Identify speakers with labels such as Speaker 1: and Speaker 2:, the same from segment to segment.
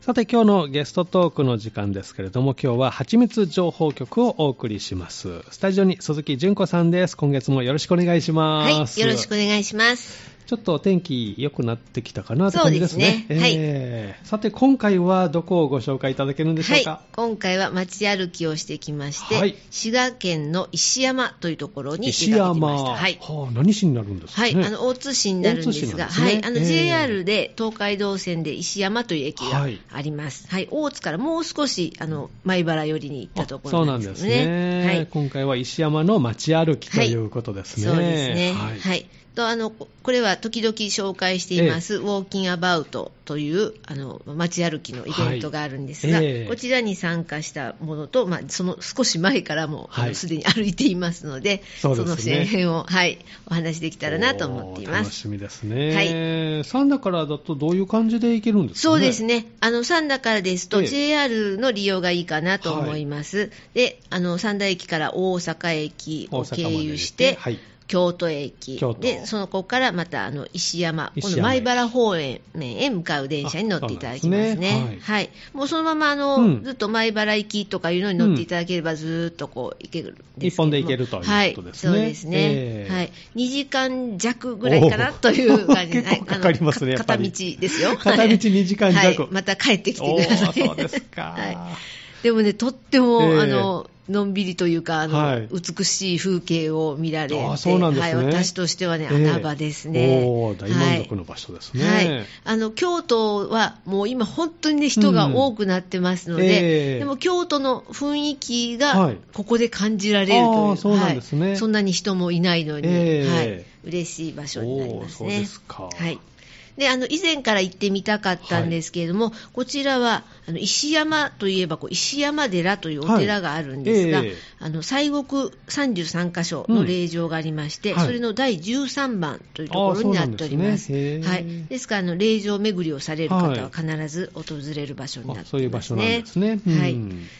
Speaker 1: さて今日のゲストトークの時間ですけれども、今日は蜂蜜情報局をお送りします。スタジオに鈴木純子さんです。今月もよろしくお願いし
Speaker 2: はい、よ
Speaker 1: ま
Speaker 2: ろ
Speaker 1: す。
Speaker 2: しくお願いします。
Speaker 1: ちょっとお天気良くなってきたかなって感じですね。
Speaker 2: そうですねはい
Speaker 1: えーさて今回はどこをご紹介いただけるんでしょ
Speaker 2: は
Speaker 1: う
Speaker 2: い
Speaker 1: か、、
Speaker 2: 今回は街歩きをしてきまして、
Speaker 1: はい
Speaker 2: 滋賀県の石山というところに
Speaker 1: 石
Speaker 2: 出かけてま
Speaker 1: 山、
Speaker 2: した。はい。
Speaker 1: はあ何市になるんですか
Speaker 2: は
Speaker 1: ね。
Speaker 2: い、あの大津市になるんで
Speaker 1: 大
Speaker 2: すが、
Speaker 1: 津市なん
Speaker 2: は
Speaker 1: ですね
Speaker 2: い、あの
Speaker 1: ええ
Speaker 2: JR で東海道線で石山という駅が
Speaker 1: はい
Speaker 2: あります。はい、大津からもう少しあの米原寄りに行ったとこ
Speaker 1: あそ
Speaker 2: ろ
Speaker 1: う
Speaker 2: な
Speaker 1: なんん
Speaker 2: で
Speaker 1: ですす
Speaker 2: よね。
Speaker 1: ね、
Speaker 2: はい、
Speaker 1: 今回は石山の街歩きということですね。
Speaker 2: そうですね。
Speaker 1: はい
Speaker 2: はい。とあのここれは時々紹介しています、ウォーキンアバウトというあの街歩きのイベントがあるんですが、
Speaker 1: はいええ
Speaker 2: こちらに参加したものと、まあ、その少し前からもあ
Speaker 1: は
Speaker 2: の
Speaker 1: い
Speaker 2: すで、に歩いていますので、
Speaker 1: そうですね
Speaker 2: の周辺を、はい、お話しできたらなと思っていま
Speaker 1: おー楽
Speaker 2: す。
Speaker 1: しみですね。三田からだとどういう感じで行けるんですかね。
Speaker 2: そうですね。あの、三田からですと、
Speaker 1: ええ
Speaker 2: JR の利用がいいかなと思います。で、あの、三田駅から大阪駅
Speaker 1: 大
Speaker 2: を
Speaker 1: 阪
Speaker 2: 経
Speaker 1: まで行って
Speaker 2: 由して、
Speaker 1: はい。
Speaker 2: 京都駅
Speaker 1: 京都
Speaker 2: でそのこからまたあの石山こ
Speaker 1: 石
Speaker 2: の
Speaker 1: 山駅
Speaker 2: 米原方面へ向かう電車に乗っていただきま
Speaker 1: あそうなんで
Speaker 2: すね
Speaker 1: すね
Speaker 2: はい、もうそのままあの、
Speaker 1: うん
Speaker 2: ずっと米原行きとかいうのに乗っていただければずーっとこう行けるんですけども
Speaker 1: 一本で行けるということですね
Speaker 2: はい、そうですね、
Speaker 1: ええ
Speaker 2: はい、2時間弱ぐらいかなという感じ
Speaker 1: おー結構かかりますね
Speaker 2: はい
Speaker 1: や
Speaker 2: あの
Speaker 1: っぱ
Speaker 2: 片
Speaker 1: り
Speaker 2: 道ですよ
Speaker 1: 片道2時間弱
Speaker 2: はい、また帰ってき
Speaker 1: お
Speaker 2: てくださ
Speaker 1: ー
Speaker 2: い
Speaker 1: そうですか。
Speaker 2: はいでもね、とっても、
Speaker 1: ええ
Speaker 2: あの、のんびりというか、あの、
Speaker 1: はい
Speaker 2: 美しい風景を見られて、
Speaker 1: あそうなんですね
Speaker 2: はい、私としてはね、
Speaker 1: ええ
Speaker 2: 穴場ですね。
Speaker 1: おー大満足の場所ですね。
Speaker 2: はい。はい。あの、京都はもう今本当にね、人が多くなってますので、
Speaker 1: うんええ
Speaker 2: でも京都の雰囲気
Speaker 1: は
Speaker 2: が
Speaker 1: い
Speaker 2: ここで感じられるという。
Speaker 1: あーそうなんですね
Speaker 2: はいそんなに人もいないのに、
Speaker 1: ええ
Speaker 2: はい。嬉しい場所になります
Speaker 1: おーそう
Speaker 2: ね。
Speaker 1: ですか
Speaker 2: はい。で、あの、以前から行ってみたかったんですけれども、こちらは、あの、石山といえば、こう、石山寺というお寺があるんですが、
Speaker 1: はいええ
Speaker 2: あの、西国33箇所の霊場がありまして、
Speaker 1: うんはい
Speaker 2: それの第13番というところになっておりま
Speaker 1: あそ
Speaker 2: す。
Speaker 1: うなんですね
Speaker 2: は
Speaker 1: へえ
Speaker 2: い。ですから、あの、霊場巡りをされる方
Speaker 1: はい
Speaker 2: は必ず訪れる場所になってい
Speaker 1: あ
Speaker 2: ます、ね
Speaker 1: そういう場所なんですねうん
Speaker 2: はい。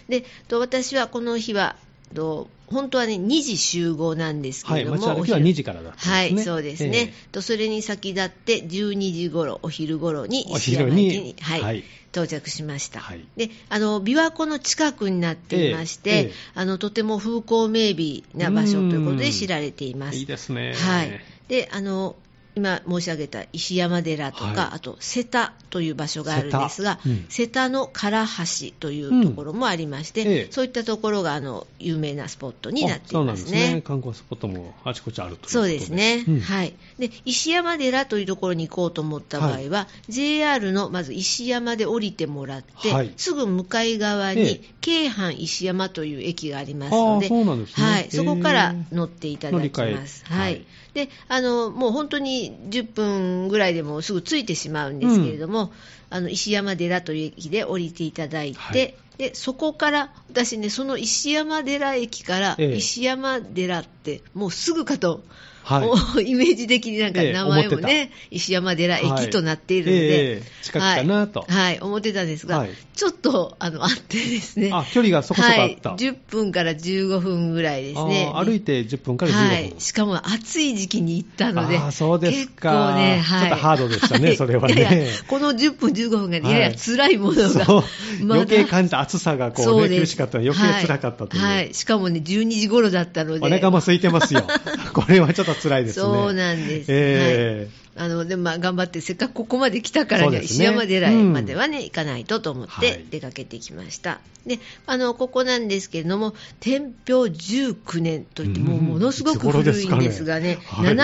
Speaker 2: で、と私はこの日は、と本当はね、2時集合なんですけ
Speaker 1: は
Speaker 2: れ
Speaker 1: い。
Speaker 2: ども、
Speaker 1: 街歩きは
Speaker 2: お昼
Speaker 1: 2時からだったん
Speaker 2: は
Speaker 1: ですね。
Speaker 2: い、そうですね。とそれに先立って12時頃、お昼頃に
Speaker 1: お
Speaker 2: 石
Speaker 1: 昼
Speaker 2: 山
Speaker 1: に
Speaker 2: 駅に、はい
Speaker 1: はい
Speaker 2: 到着しました。
Speaker 1: はい
Speaker 2: で、あの琵琶湖の近くになっていまして、
Speaker 1: ええええ
Speaker 2: あのとても風光明媚な場所というこ
Speaker 1: う
Speaker 2: とで
Speaker 1: ん
Speaker 2: 知られてい
Speaker 1: え
Speaker 2: ま
Speaker 1: え
Speaker 2: す。
Speaker 1: いいですね。
Speaker 2: はい。で、あの。今申し上げた石山寺とか、
Speaker 1: はい
Speaker 2: あと瀬田という場所があるんですが、
Speaker 1: 瀬田うん
Speaker 2: 瀬田の唐橋というところもありまして、
Speaker 1: うんええ
Speaker 2: そういったところがあの有名なスポットになってい
Speaker 1: あそうな
Speaker 2: ま
Speaker 1: んですす
Speaker 2: ね
Speaker 1: ね。。観光スポットもあちこちあるということ
Speaker 2: そうですね、
Speaker 1: うん
Speaker 2: はい、で石山寺というところに行こうと思った場合は、JR のまず石山で降りてもらって、
Speaker 1: はい
Speaker 2: すぐ向かい側
Speaker 1: ええ
Speaker 2: に京阪石山という駅がありますの
Speaker 1: あ
Speaker 2: で
Speaker 1: ーそうなんですね
Speaker 2: は
Speaker 1: へ
Speaker 2: い、
Speaker 1: ー
Speaker 2: そこから乗っていただき
Speaker 1: 乗り換
Speaker 2: ま
Speaker 1: え
Speaker 2: す、はい
Speaker 1: はい
Speaker 2: であのもう本当に10分ぐらいでもうすぐ着いてしまうんですけれども、あの石山寺という駅で降りていただいて、
Speaker 1: はい
Speaker 2: でそこから私ねその石山寺駅から
Speaker 1: ええ
Speaker 2: 石山寺ってもうすぐかと
Speaker 1: はい。
Speaker 2: もうイメージ的になんか
Speaker 1: ええ
Speaker 2: 名前
Speaker 1: 思
Speaker 2: も
Speaker 1: ってた
Speaker 2: ね、石山寺駅となっているの
Speaker 1: はいえええ
Speaker 2: で
Speaker 1: え、近くかなと
Speaker 2: はい、はい思ってたんですが、
Speaker 1: はい
Speaker 2: ちょっとあのあってですね、
Speaker 1: あ、距離がそこそこあった。
Speaker 2: はい、10分から15分ぐらいですね。
Speaker 1: あー歩いて10分から15分。
Speaker 2: はい、しかも暑い時期に行ったので、
Speaker 1: あーそうですか
Speaker 2: 結構ね、はい、
Speaker 1: ちょっとハードでしたね
Speaker 2: い
Speaker 1: それはね
Speaker 2: いやいやこの10分、15分が、ね、やや辛いものが、
Speaker 1: そう
Speaker 2: まだ
Speaker 1: 余計感じた暑さがこ
Speaker 2: そうう
Speaker 1: ね、
Speaker 2: です
Speaker 1: 苦しかったので余計辛かったという。
Speaker 2: はいはいしかもね、12時頃だったので、
Speaker 1: お腹も空いてます よ。これはちょっと辛いですね。
Speaker 2: そうなんです
Speaker 1: え
Speaker 2: あのでもまあ頑張ってせっかくここまで来たから
Speaker 1: そう
Speaker 2: に
Speaker 1: で
Speaker 2: は
Speaker 1: すね
Speaker 2: 石山寺へ
Speaker 1: うん
Speaker 2: まではね、行かないとと思っ
Speaker 1: はい
Speaker 2: て出かけてきました、であのここなんですけれども天平19年といってもう
Speaker 1: うん
Speaker 2: ものすごく
Speaker 1: いつ頃で
Speaker 2: 古
Speaker 1: す
Speaker 2: い
Speaker 1: か
Speaker 2: ん
Speaker 1: ね
Speaker 2: ですがね
Speaker 1: はい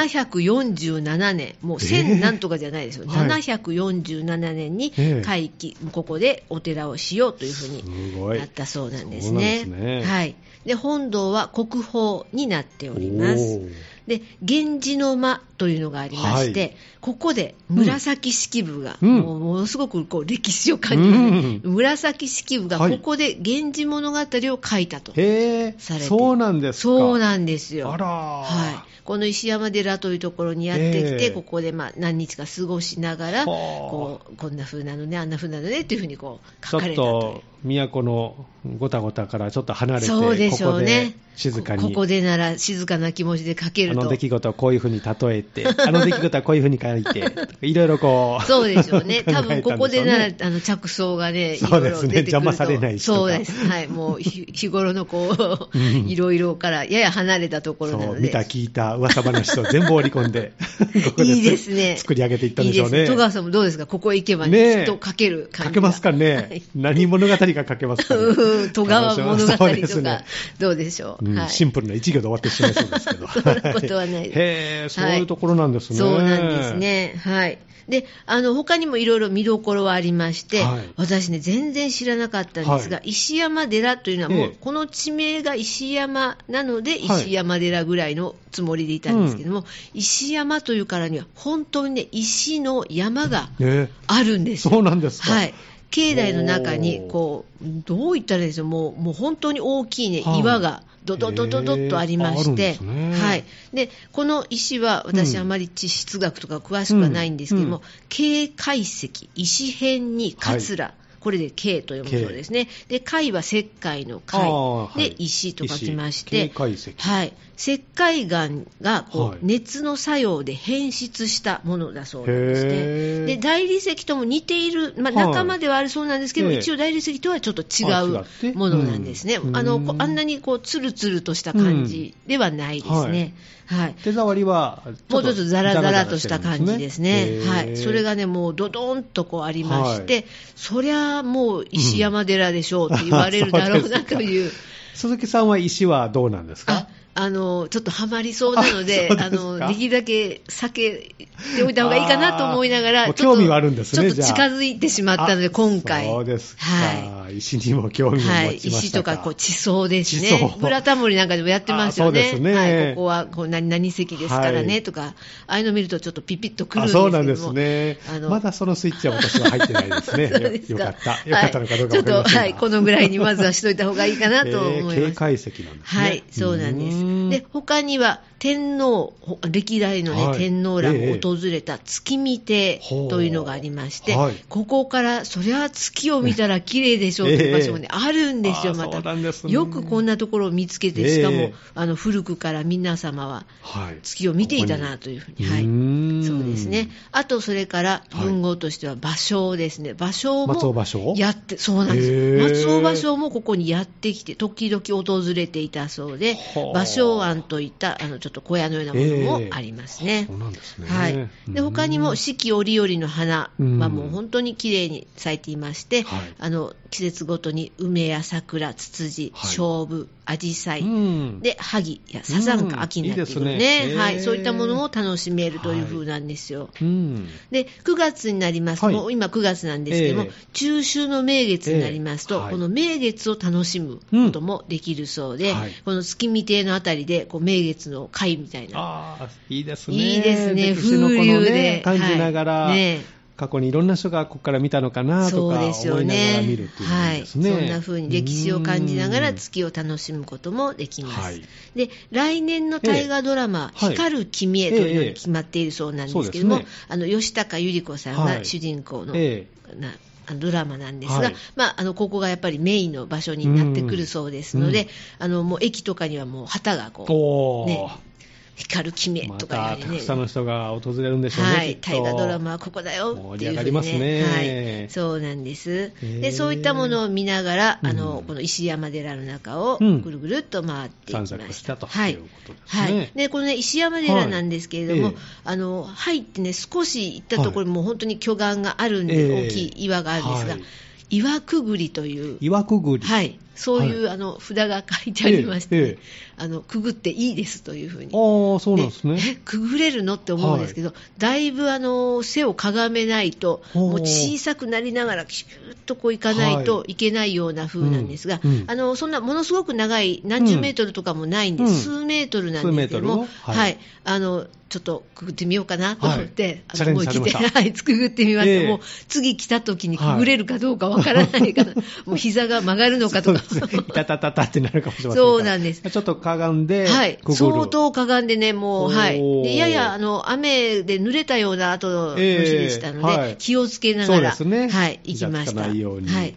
Speaker 2: 747年もう
Speaker 1: ええ
Speaker 2: 1000なんとかじゃないですよ、
Speaker 1: はい
Speaker 2: 747年に
Speaker 1: ええ
Speaker 2: 開基、ここでお寺をしようというふうに
Speaker 1: すごい
Speaker 2: なったそうなんです
Speaker 1: そ
Speaker 2: ね
Speaker 1: うなんですね
Speaker 2: はい、で本堂は国宝になっておりま
Speaker 1: お
Speaker 2: す
Speaker 1: ー
Speaker 2: で源氏の間というのがありまして、
Speaker 1: はい
Speaker 2: ここで紫式部が、
Speaker 1: うん
Speaker 2: もうものすごくこう歴史を感じる、ね
Speaker 1: う
Speaker 2: 紫式部が
Speaker 1: はい
Speaker 2: ここで源氏物語を書いたと、
Speaker 1: へえ、
Speaker 2: されて
Speaker 1: そうなんですか。
Speaker 2: そうんなんですよ。
Speaker 1: あらー
Speaker 2: はい、この石山寺というところにやってき
Speaker 1: え
Speaker 2: て、
Speaker 1: え
Speaker 2: ここでまあ何日か過ごしながら
Speaker 1: はあ
Speaker 2: こうこんな風なのねあんな風なのねっていうふうにこう
Speaker 1: ちょ
Speaker 2: 書かれ
Speaker 1: った
Speaker 2: という
Speaker 1: と都のごたごたからちょっと離れて、
Speaker 2: そうでしょ
Speaker 1: ここ
Speaker 2: うね
Speaker 1: で静かに
Speaker 2: ここでなら静かな気持ちで書
Speaker 1: あ
Speaker 2: ける
Speaker 1: の
Speaker 2: と
Speaker 1: 出来事はこういうふうに例え て、あの出来事はこういうふうに書いて、いろいろこ う、
Speaker 2: そうでしょうね、
Speaker 1: 考えたんでし
Speaker 2: 多
Speaker 1: ょうね
Speaker 2: 分ここでなら、あの着想がね、い
Speaker 1: そ
Speaker 2: ろ
Speaker 1: う
Speaker 2: い
Speaker 1: で
Speaker 2: ろ
Speaker 1: すね
Speaker 2: 出てくると
Speaker 1: 邪魔されないしとか
Speaker 2: そうです、は い、もう日日頃のこう
Speaker 1: うん、
Speaker 2: いろいろからやや離れたところな
Speaker 1: そ
Speaker 2: の
Speaker 1: う
Speaker 2: で、
Speaker 1: 見た、聞いた、噂話と全部織り込ん で、ここで
Speaker 2: いいですね、
Speaker 1: 作り上げていったんでしょう
Speaker 2: いい
Speaker 1: ね。
Speaker 2: す戸川さんもどうですか、ここへ行けば、
Speaker 1: ねえ
Speaker 2: ね、きっと書ける感
Speaker 1: 書
Speaker 2: じ
Speaker 1: けますかね、
Speaker 2: はい
Speaker 1: 何物語が書けますかね。
Speaker 2: うん戸川物語と
Speaker 1: そう
Speaker 2: か
Speaker 1: ですね、
Speaker 2: どうでしょう。
Speaker 1: うん
Speaker 2: はい
Speaker 1: シンプルな一行で終わってしまいそうですけど。
Speaker 2: そんなことはないです
Speaker 1: へえ、そういうところなんですね。
Speaker 2: そうなんです。ね。はい。で、あの、他にもいろいろ見どころはありまして、
Speaker 1: はい
Speaker 2: 私ね、全然知らなかったんですが、
Speaker 1: は
Speaker 2: 石山寺というのはも
Speaker 1: え
Speaker 2: う
Speaker 1: え、
Speaker 2: この地名が石山なので、
Speaker 1: はい
Speaker 2: 石山寺ぐらいのつもりでいたんですけども、石山というからには、本当にね、石の山が
Speaker 1: え
Speaker 2: あるんですよ。
Speaker 1: そうなんですか
Speaker 2: はい。境内の中に
Speaker 1: お、ー
Speaker 2: こう、どう言ったらいいんでしょう、もう、もう本当に大きいね、
Speaker 1: はい
Speaker 2: 岩が、ドドドドドっとありま
Speaker 1: へ
Speaker 2: し
Speaker 1: ーあ
Speaker 2: て、
Speaker 1: るんですね
Speaker 2: はい。で、この石は、
Speaker 1: う
Speaker 2: 私
Speaker 1: ん
Speaker 2: あまり地質学とか詳しくはないんですけど
Speaker 1: うん
Speaker 2: も、軽海石、石片に桂。これで軽と読むそうですね。で、貝は石灰の
Speaker 1: あーは
Speaker 2: 貝
Speaker 1: い
Speaker 2: で石と書きまして、
Speaker 1: 石軽解石
Speaker 2: はい、石灰岩がこう、
Speaker 1: はい
Speaker 2: 熱の作用で変質したものだそうなんです
Speaker 1: へー
Speaker 2: ね。で大理石とも似ている、まあ、
Speaker 1: はい
Speaker 2: 仲間ではあるそうなんですけど、
Speaker 1: ええ
Speaker 2: 一応大理石とはちょっと違
Speaker 1: あ違って
Speaker 2: うものなんですね。
Speaker 1: うん
Speaker 2: あの
Speaker 1: うん
Speaker 2: こうあんなにこうツルツルとした感じではないですね。はい
Speaker 1: 手触りは
Speaker 2: もうちょっとザラザラとした感じですね、はい、それ
Speaker 1: が
Speaker 2: がね、もうドドンとこうありまして、
Speaker 1: は
Speaker 2: そりゃもう石山寺でしょうって言われるだろうなという。
Speaker 1: 鈴木さんは石はどうなんです
Speaker 2: あ
Speaker 1: か
Speaker 2: あのちょっとはまりそうなので、
Speaker 1: あそう
Speaker 2: あ
Speaker 1: です
Speaker 2: の
Speaker 1: か
Speaker 2: できるだけ避けておいた方がいいかなと思いなが
Speaker 1: あーもう
Speaker 2: ら、ちょっ
Speaker 1: 興
Speaker 2: と
Speaker 1: 味はあるんですね
Speaker 2: ちょっ
Speaker 1: じ
Speaker 2: と
Speaker 1: ゃあ
Speaker 2: 近づいてしまったので、今回、
Speaker 1: そうですか、
Speaker 2: は
Speaker 1: 石にも興
Speaker 2: い、
Speaker 1: 味を持ちま
Speaker 2: は
Speaker 1: した
Speaker 2: い、石とかこう地層です
Speaker 1: 地
Speaker 2: ね
Speaker 1: 層、
Speaker 2: ブラタモリなんかでもやってますよ
Speaker 1: あ
Speaker 2: ね、
Speaker 1: そうですね
Speaker 2: はい、ここはこう何々石ですから
Speaker 1: は
Speaker 2: ね
Speaker 1: い
Speaker 2: とか、ああいうの見ると、ちょっとピピッとくるん
Speaker 1: あ
Speaker 2: ですけ
Speaker 1: そ
Speaker 2: ど
Speaker 1: うなん
Speaker 2: も
Speaker 1: ですね
Speaker 2: あ、の
Speaker 1: まだそのスイッチは私は入ってないですね、
Speaker 2: そうです
Speaker 1: よ
Speaker 2: か
Speaker 1: よかった、よかったのかどうか分かり
Speaker 2: はい、ちょ
Speaker 1: ま
Speaker 2: っと、
Speaker 1: せんが
Speaker 2: はい、このぐらいにまずはしといた方がいいかなと思います。
Speaker 1: えー警戒石なんですね、
Speaker 2: はい、そうなんで
Speaker 1: うーん
Speaker 2: す。で、他には天皇、ほ歴代の、ね
Speaker 1: はい
Speaker 2: 天皇ら
Speaker 1: え
Speaker 2: も
Speaker 1: え
Speaker 2: 訪れた月見亭というのがありまして、
Speaker 1: ほうはい
Speaker 2: ここから、そりゃ月を見たら綺麗でしょうという場所もね、あるんですよ、
Speaker 1: あー
Speaker 2: ま
Speaker 1: そうな
Speaker 2: た。
Speaker 1: んですね
Speaker 2: よくこんなところを見つけ
Speaker 1: え
Speaker 2: て、
Speaker 1: え
Speaker 2: しかも、あの古くから皆様は
Speaker 1: はい、
Speaker 2: 月を見ていたなというふうに。
Speaker 1: ここに
Speaker 2: はいう
Speaker 1: ーん
Speaker 2: そうですね。あと、それから
Speaker 1: はい
Speaker 2: 文豪としては芭蕉ですね。芭蕉
Speaker 1: 松尾
Speaker 2: も
Speaker 1: 芭蕉
Speaker 2: やって、そうなんです
Speaker 1: へ
Speaker 2: よ。
Speaker 1: ー
Speaker 2: 松尾芭蕉もここにやってきて、時々訪れていたそうで、
Speaker 1: ほう
Speaker 2: 芭蕉庵といった、あの、ちょっと小屋のようなものもありますね。
Speaker 1: そうなんですね。
Speaker 2: はい、
Speaker 1: う
Speaker 2: で
Speaker 1: ん
Speaker 2: 他にも四季折々の花
Speaker 1: う
Speaker 2: は
Speaker 1: ん
Speaker 2: もう本当に綺麗に咲いていまして、
Speaker 1: はい
Speaker 2: あの季節ごとに梅や桜、ツツジ、
Speaker 1: はい
Speaker 2: ショウブ、アジサイ、
Speaker 1: うん
Speaker 2: で、萩やサザン
Speaker 1: うん
Speaker 2: カ、秋になってくる
Speaker 1: い
Speaker 2: ね
Speaker 1: いですね
Speaker 2: は
Speaker 1: へー
Speaker 2: い、そういったものを楽しめるという風なんですよ。
Speaker 1: うん
Speaker 2: で9月になります、
Speaker 1: はい
Speaker 2: もう今9月なんですけども、
Speaker 1: ええ
Speaker 2: 中秋の名月になりますと、
Speaker 1: ええはい
Speaker 2: この名月を楽しむこともできるそうで、
Speaker 1: うんはい
Speaker 2: この月見亭のあたりでこう名月の会みたいな、
Speaker 1: ああ、いいですね。
Speaker 2: いいですね、
Speaker 1: 歴史のこ
Speaker 2: 風
Speaker 1: のね
Speaker 2: 流で、
Speaker 1: 感じながら、
Speaker 2: はいねえ
Speaker 1: 過去にいろんな人がここから見たのかなと
Speaker 2: そう
Speaker 1: か
Speaker 2: ですよ
Speaker 1: 思いながら見る
Speaker 2: ね
Speaker 1: っていうのも
Speaker 2: はい
Speaker 1: い
Speaker 2: い、
Speaker 1: です
Speaker 2: そ
Speaker 1: ね。
Speaker 2: んな風に歴史を感じなが
Speaker 1: う
Speaker 2: ら
Speaker 1: ん
Speaker 2: 月を楽しむこともできます。
Speaker 1: はい
Speaker 2: で来年の大河ドラマ、
Speaker 1: ええはい
Speaker 2: 光る君へというのに決まっているそうなんですけども、
Speaker 1: ええそうです
Speaker 2: あの吉高由里子さん
Speaker 1: は
Speaker 2: が
Speaker 1: い
Speaker 2: 主人公の、
Speaker 1: え
Speaker 2: なあのドラマなんですが、
Speaker 1: はい
Speaker 2: まあ、あのここがやっぱりメインの場所になってくるそうですの
Speaker 1: うん
Speaker 2: で、あのもう駅とかにはもう旗が
Speaker 1: え
Speaker 2: こ
Speaker 1: おー、
Speaker 2: ねう光る君へ
Speaker 1: ま
Speaker 2: とか
Speaker 1: た
Speaker 2: やり
Speaker 1: た
Speaker 2: ね
Speaker 1: く。さんの人が訪れるんでしょうね。
Speaker 2: は
Speaker 1: き
Speaker 2: い、
Speaker 1: っと
Speaker 2: 大河ドラマはここだよってい
Speaker 1: 盛り
Speaker 2: うふうに、ね、
Speaker 1: 上がりますね
Speaker 2: はい、そうなんです
Speaker 1: へー
Speaker 2: でそういったものを見ながら、あ
Speaker 1: う
Speaker 2: の
Speaker 1: ん
Speaker 2: この石山寺の中を
Speaker 1: うん
Speaker 2: ぐるぐるっと回っていきました、
Speaker 1: 散策したと
Speaker 2: はいいう
Speaker 1: ことですね
Speaker 2: はい、でこの、ね、石山寺なんですけれども、
Speaker 1: はいええ
Speaker 2: あの入ってね少し行ったところにもう本当に巨岩があるんで、
Speaker 1: ええ
Speaker 2: 大きい岩があるんですが、
Speaker 1: はい
Speaker 2: 岩くぐりという
Speaker 1: 岩くぐり。
Speaker 2: はい、そういう、あの札が書いてありまして、
Speaker 1: ええええ
Speaker 2: あのくぐっていいですというふうに。
Speaker 1: ああ、そうなんですね。
Speaker 2: えくぐれるのって思うんですけど、だいぶあの背をかがめないと、
Speaker 1: ほう
Speaker 2: もう小さくなりながら、キューッとこう行かない
Speaker 1: は
Speaker 2: といけないような風なんですが、
Speaker 1: うんうん
Speaker 2: あのそんなものすごく長い、何十メートルとかもないんで、
Speaker 1: うん
Speaker 2: 数メートルなんですけど
Speaker 1: 数
Speaker 2: も、
Speaker 1: メートルをは
Speaker 2: はいいあのちょっとくぐってみようかなと思って、
Speaker 1: はい
Speaker 2: あのもう来て、
Speaker 1: チャレンジされました
Speaker 2: はい、くぐってみました、
Speaker 1: ええ
Speaker 2: もう次来た時にくぐれるかどうかわからな いから、もう膝が曲がるのかとか。
Speaker 1: そうですねいたたたたってなるかもしれませんが
Speaker 2: そうなんです
Speaker 1: ちょっとかがんで、
Speaker 2: はい
Speaker 1: くぐ、る
Speaker 2: 相当かがんでね、もう、はい、
Speaker 1: おー
Speaker 2: でややあの雨で濡れたような後の
Speaker 1: ええ
Speaker 2: 年でしたので、
Speaker 1: はい
Speaker 2: 気をつけな
Speaker 1: そう
Speaker 2: が
Speaker 1: で
Speaker 2: ら、
Speaker 1: すね
Speaker 2: はい、行きまし
Speaker 1: 膝つ
Speaker 2: た。
Speaker 1: かないように
Speaker 2: はい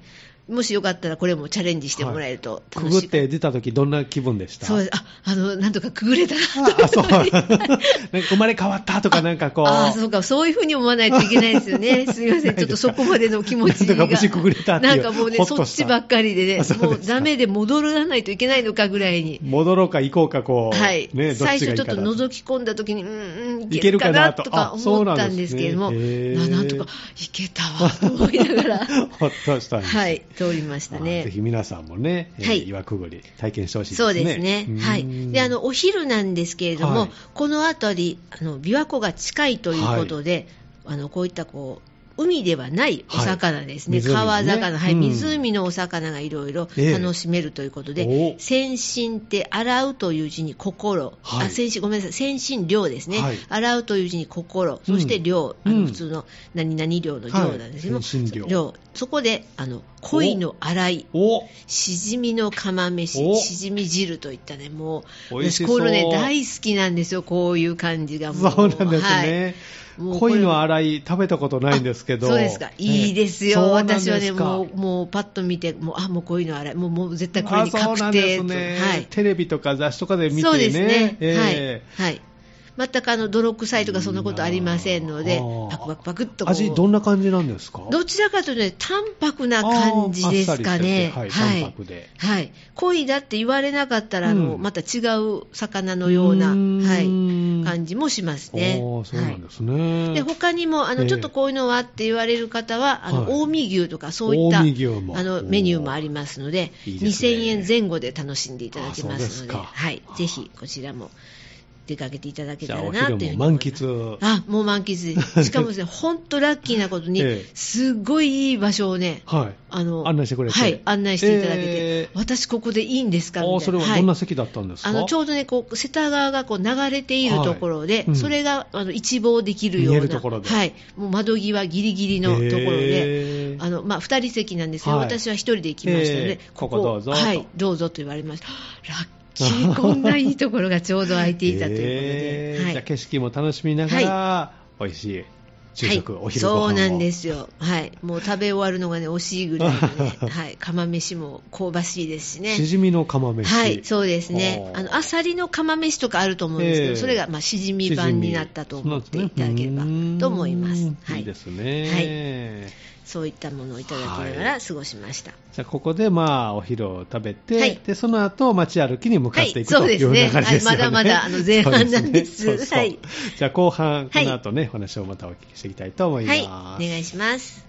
Speaker 2: もしよかったらこれもチャレンジしてもらえると
Speaker 1: く
Speaker 2: 楽
Speaker 1: ぐっ
Speaker 2: しいかも
Speaker 1: て出た時どんな気分でした
Speaker 2: そうですああのなんとかくぐれたな
Speaker 1: ああ そうなんか生まれ変わったとかなんかこう
Speaker 2: ああ、そうか、そういうふうに思わないといけないですよ ね。すみません、ちょっとそこまでの気持ち
Speaker 1: なん
Speaker 2: が。
Speaker 1: とか無事くぐれたってい
Speaker 2: な
Speaker 1: うん
Speaker 2: かもうね
Speaker 1: ほ、っと
Speaker 2: そ
Speaker 1: した
Speaker 2: っちばっかりで
Speaker 1: あ
Speaker 2: ね、
Speaker 1: そうですか
Speaker 2: もうダメで戻らないといけないのかぐらいに。
Speaker 1: 戻ろうか行こうかこう、
Speaker 2: はい、
Speaker 1: ね、どっ
Speaker 2: 最
Speaker 1: ちが
Speaker 2: 初
Speaker 1: いい
Speaker 2: ちょ
Speaker 1: か
Speaker 2: っと
Speaker 1: な
Speaker 2: 覗き込んだ時に、うん、うん、
Speaker 1: い
Speaker 2: い
Speaker 1: け
Speaker 2: け
Speaker 1: る
Speaker 2: る
Speaker 1: か
Speaker 2: か
Speaker 1: な
Speaker 2: な
Speaker 1: と
Speaker 2: とか
Speaker 1: あそう
Speaker 2: 思
Speaker 1: な
Speaker 2: っ
Speaker 1: んですね
Speaker 2: たんですけれども、
Speaker 1: へー
Speaker 2: ななんとか、いけたわと思いな がら、
Speaker 1: ほっとしたんです、
Speaker 2: はい、通りました
Speaker 1: あぜ
Speaker 2: ね。
Speaker 1: ひ皆さんもね、えー
Speaker 2: はい
Speaker 1: 岩くぐり体験してほしいですね。
Speaker 2: そうですね。は
Speaker 1: う
Speaker 2: い。
Speaker 1: ん
Speaker 2: で、あ、の、お昼なんですけれども、
Speaker 1: はい
Speaker 2: この辺り、あの、琵琶湖が近いということで、あの、こういったこう、海ではないお魚ですね。
Speaker 1: はい湖ですね
Speaker 2: 川魚、はい、
Speaker 1: うん
Speaker 2: 湖のお魚がいろいろ
Speaker 1: ええ
Speaker 2: 楽しめるということで、
Speaker 1: お
Speaker 2: 先進って洗うという字に心、
Speaker 1: はい
Speaker 2: あ、先進、ごめんなさい、先進量ですね。
Speaker 1: はい
Speaker 2: 洗うという字に心、そして量、
Speaker 1: うん
Speaker 2: あ
Speaker 1: うん
Speaker 2: の、普通の何々量の量なんです
Speaker 1: は
Speaker 2: けど
Speaker 1: い
Speaker 2: も、
Speaker 1: 先進量
Speaker 2: そこで、あの、恋の洗い、
Speaker 1: お
Speaker 2: しじみの釜
Speaker 1: お
Speaker 2: 飯、しじみ汁といったね、もう、
Speaker 1: 美味しそう
Speaker 2: 私、こういうのね、大好きなんですよ、こういう感じがもう。
Speaker 1: そうなんですね。
Speaker 2: はいもうこれ
Speaker 1: 鯉の洗い食べたことないんですけど。
Speaker 2: そうですか、いいです
Speaker 1: ええ
Speaker 2: よ、
Speaker 1: そうなん
Speaker 2: 私は
Speaker 1: で
Speaker 2: ね、
Speaker 1: すか
Speaker 2: もう、もうパッと見て、もう、あ、もうこういうのあれ、もう、もう絶対これに
Speaker 1: あそうなん
Speaker 2: 確
Speaker 1: で
Speaker 2: 定
Speaker 1: す
Speaker 2: と、
Speaker 1: ね、
Speaker 2: はい。
Speaker 1: テレビとか雑誌とかで見てね。
Speaker 2: そうですね、
Speaker 1: ええ
Speaker 2: はい。はい。全くあの、泥臭いとかそんなことありませんの
Speaker 1: いい
Speaker 2: で
Speaker 1: なあ、
Speaker 2: パクパクパクっとこう
Speaker 1: 味どんな感じなんですか
Speaker 2: どちらかというとね、淡白な感じですかね。
Speaker 1: あーあっさりしててはい、淡白で。
Speaker 2: はい、恋だって言われなかったら、あ
Speaker 1: う
Speaker 2: の
Speaker 1: ん
Speaker 2: また違う魚のような、
Speaker 1: う
Speaker 2: はい、
Speaker 1: ーん
Speaker 2: 感じもしますね。
Speaker 1: おーそうなんです
Speaker 2: は
Speaker 1: ね。
Speaker 2: い、で他にもあ
Speaker 1: え
Speaker 2: の
Speaker 1: え
Speaker 2: ちょっとこういうのはって言われる方は、あの
Speaker 1: はい
Speaker 2: 近江牛とかそういったあ
Speaker 1: 近江牛も
Speaker 2: のメニューもありますので
Speaker 1: おーいいですね
Speaker 2: 2000円前後で楽しんでいただけますので
Speaker 1: あそうですか
Speaker 2: はい、ぜひこちらも出かけていただけ
Speaker 1: じゃ
Speaker 2: た
Speaker 1: あ
Speaker 2: ら
Speaker 1: お
Speaker 2: なというふう
Speaker 1: 昼
Speaker 2: に
Speaker 1: も
Speaker 2: 思い
Speaker 1: 満
Speaker 2: ます
Speaker 1: 喫。
Speaker 2: あもう満喫 ですしかもですね本当ラッキーなことに、
Speaker 1: ええ
Speaker 2: すっごいいい場所をね
Speaker 1: はい。
Speaker 2: あの
Speaker 1: 案内してくれて
Speaker 2: はい、案内していただけて、
Speaker 1: えー
Speaker 2: 私、ここでいいんですかみたい
Speaker 1: あ
Speaker 2: な
Speaker 1: ーそれはどんな席だったんですか、
Speaker 2: あのちょうどね、こう瀬田川がこう流れているところで、
Speaker 1: はいうん
Speaker 2: それがあの一望できるよう
Speaker 1: 見
Speaker 2: な、
Speaker 1: えるところで
Speaker 2: はい、もう窓際ギリギリのところで、
Speaker 1: へー
Speaker 2: あのまあ、2人席なんですけど、
Speaker 1: はい
Speaker 2: 私は1人で行きましたの
Speaker 1: え
Speaker 2: で、
Speaker 1: ーここどうぞと
Speaker 2: はい、どうぞと言われました、ラッキー、こんないいところがちょうど空いていたというこ とで。
Speaker 1: えー
Speaker 2: はい
Speaker 1: じゃあ景色も楽しみながら、美味しい昼食、
Speaker 2: はい、
Speaker 1: お昼ご飯を
Speaker 2: そうなんですよ、はい、もう食べ終わるのがね惜しいぐらいの ね、はい、釜飯も香ばしいですしね。
Speaker 1: しじみの釜飯
Speaker 2: はい、そうですね。
Speaker 1: おー
Speaker 2: あの、アサリの釜飯とかあると思うんですけ
Speaker 1: え
Speaker 2: ど、
Speaker 1: え
Speaker 2: それが、まあ、しじみ版になったと思っていただければと思います。
Speaker 1: は、
Speaker 2: はい
Speaker 1: い
Speaker 2: い
Speaker 1: いで。すね、
Speaker 2: そういったものをいただきなが
Speaker 1: は
Speaker 2: ら過ごしました。
Speaker 1: じゃあここでまあお昼を食べて、
Speaker 2: はい
Speaker 1: でその後街歩きに向かっていくと
Speaker 2: はいいうそう
Speaker 1: 流れ
Speaker 2: ですね
Speaker 1: ですよね、
Speaker 2: はいまだまだあの前半なんで す
Speaker 1: そうねそうそう
Speaker 2: はい
Speaker 1: じゃあ後半こ
Speaker 2: はい
Speaker 1: の後ね、お話をまたお聞きしていきたいと思いま
Speaker 2: は
Speaker 1: す、
Speaker 2: い、お願いします。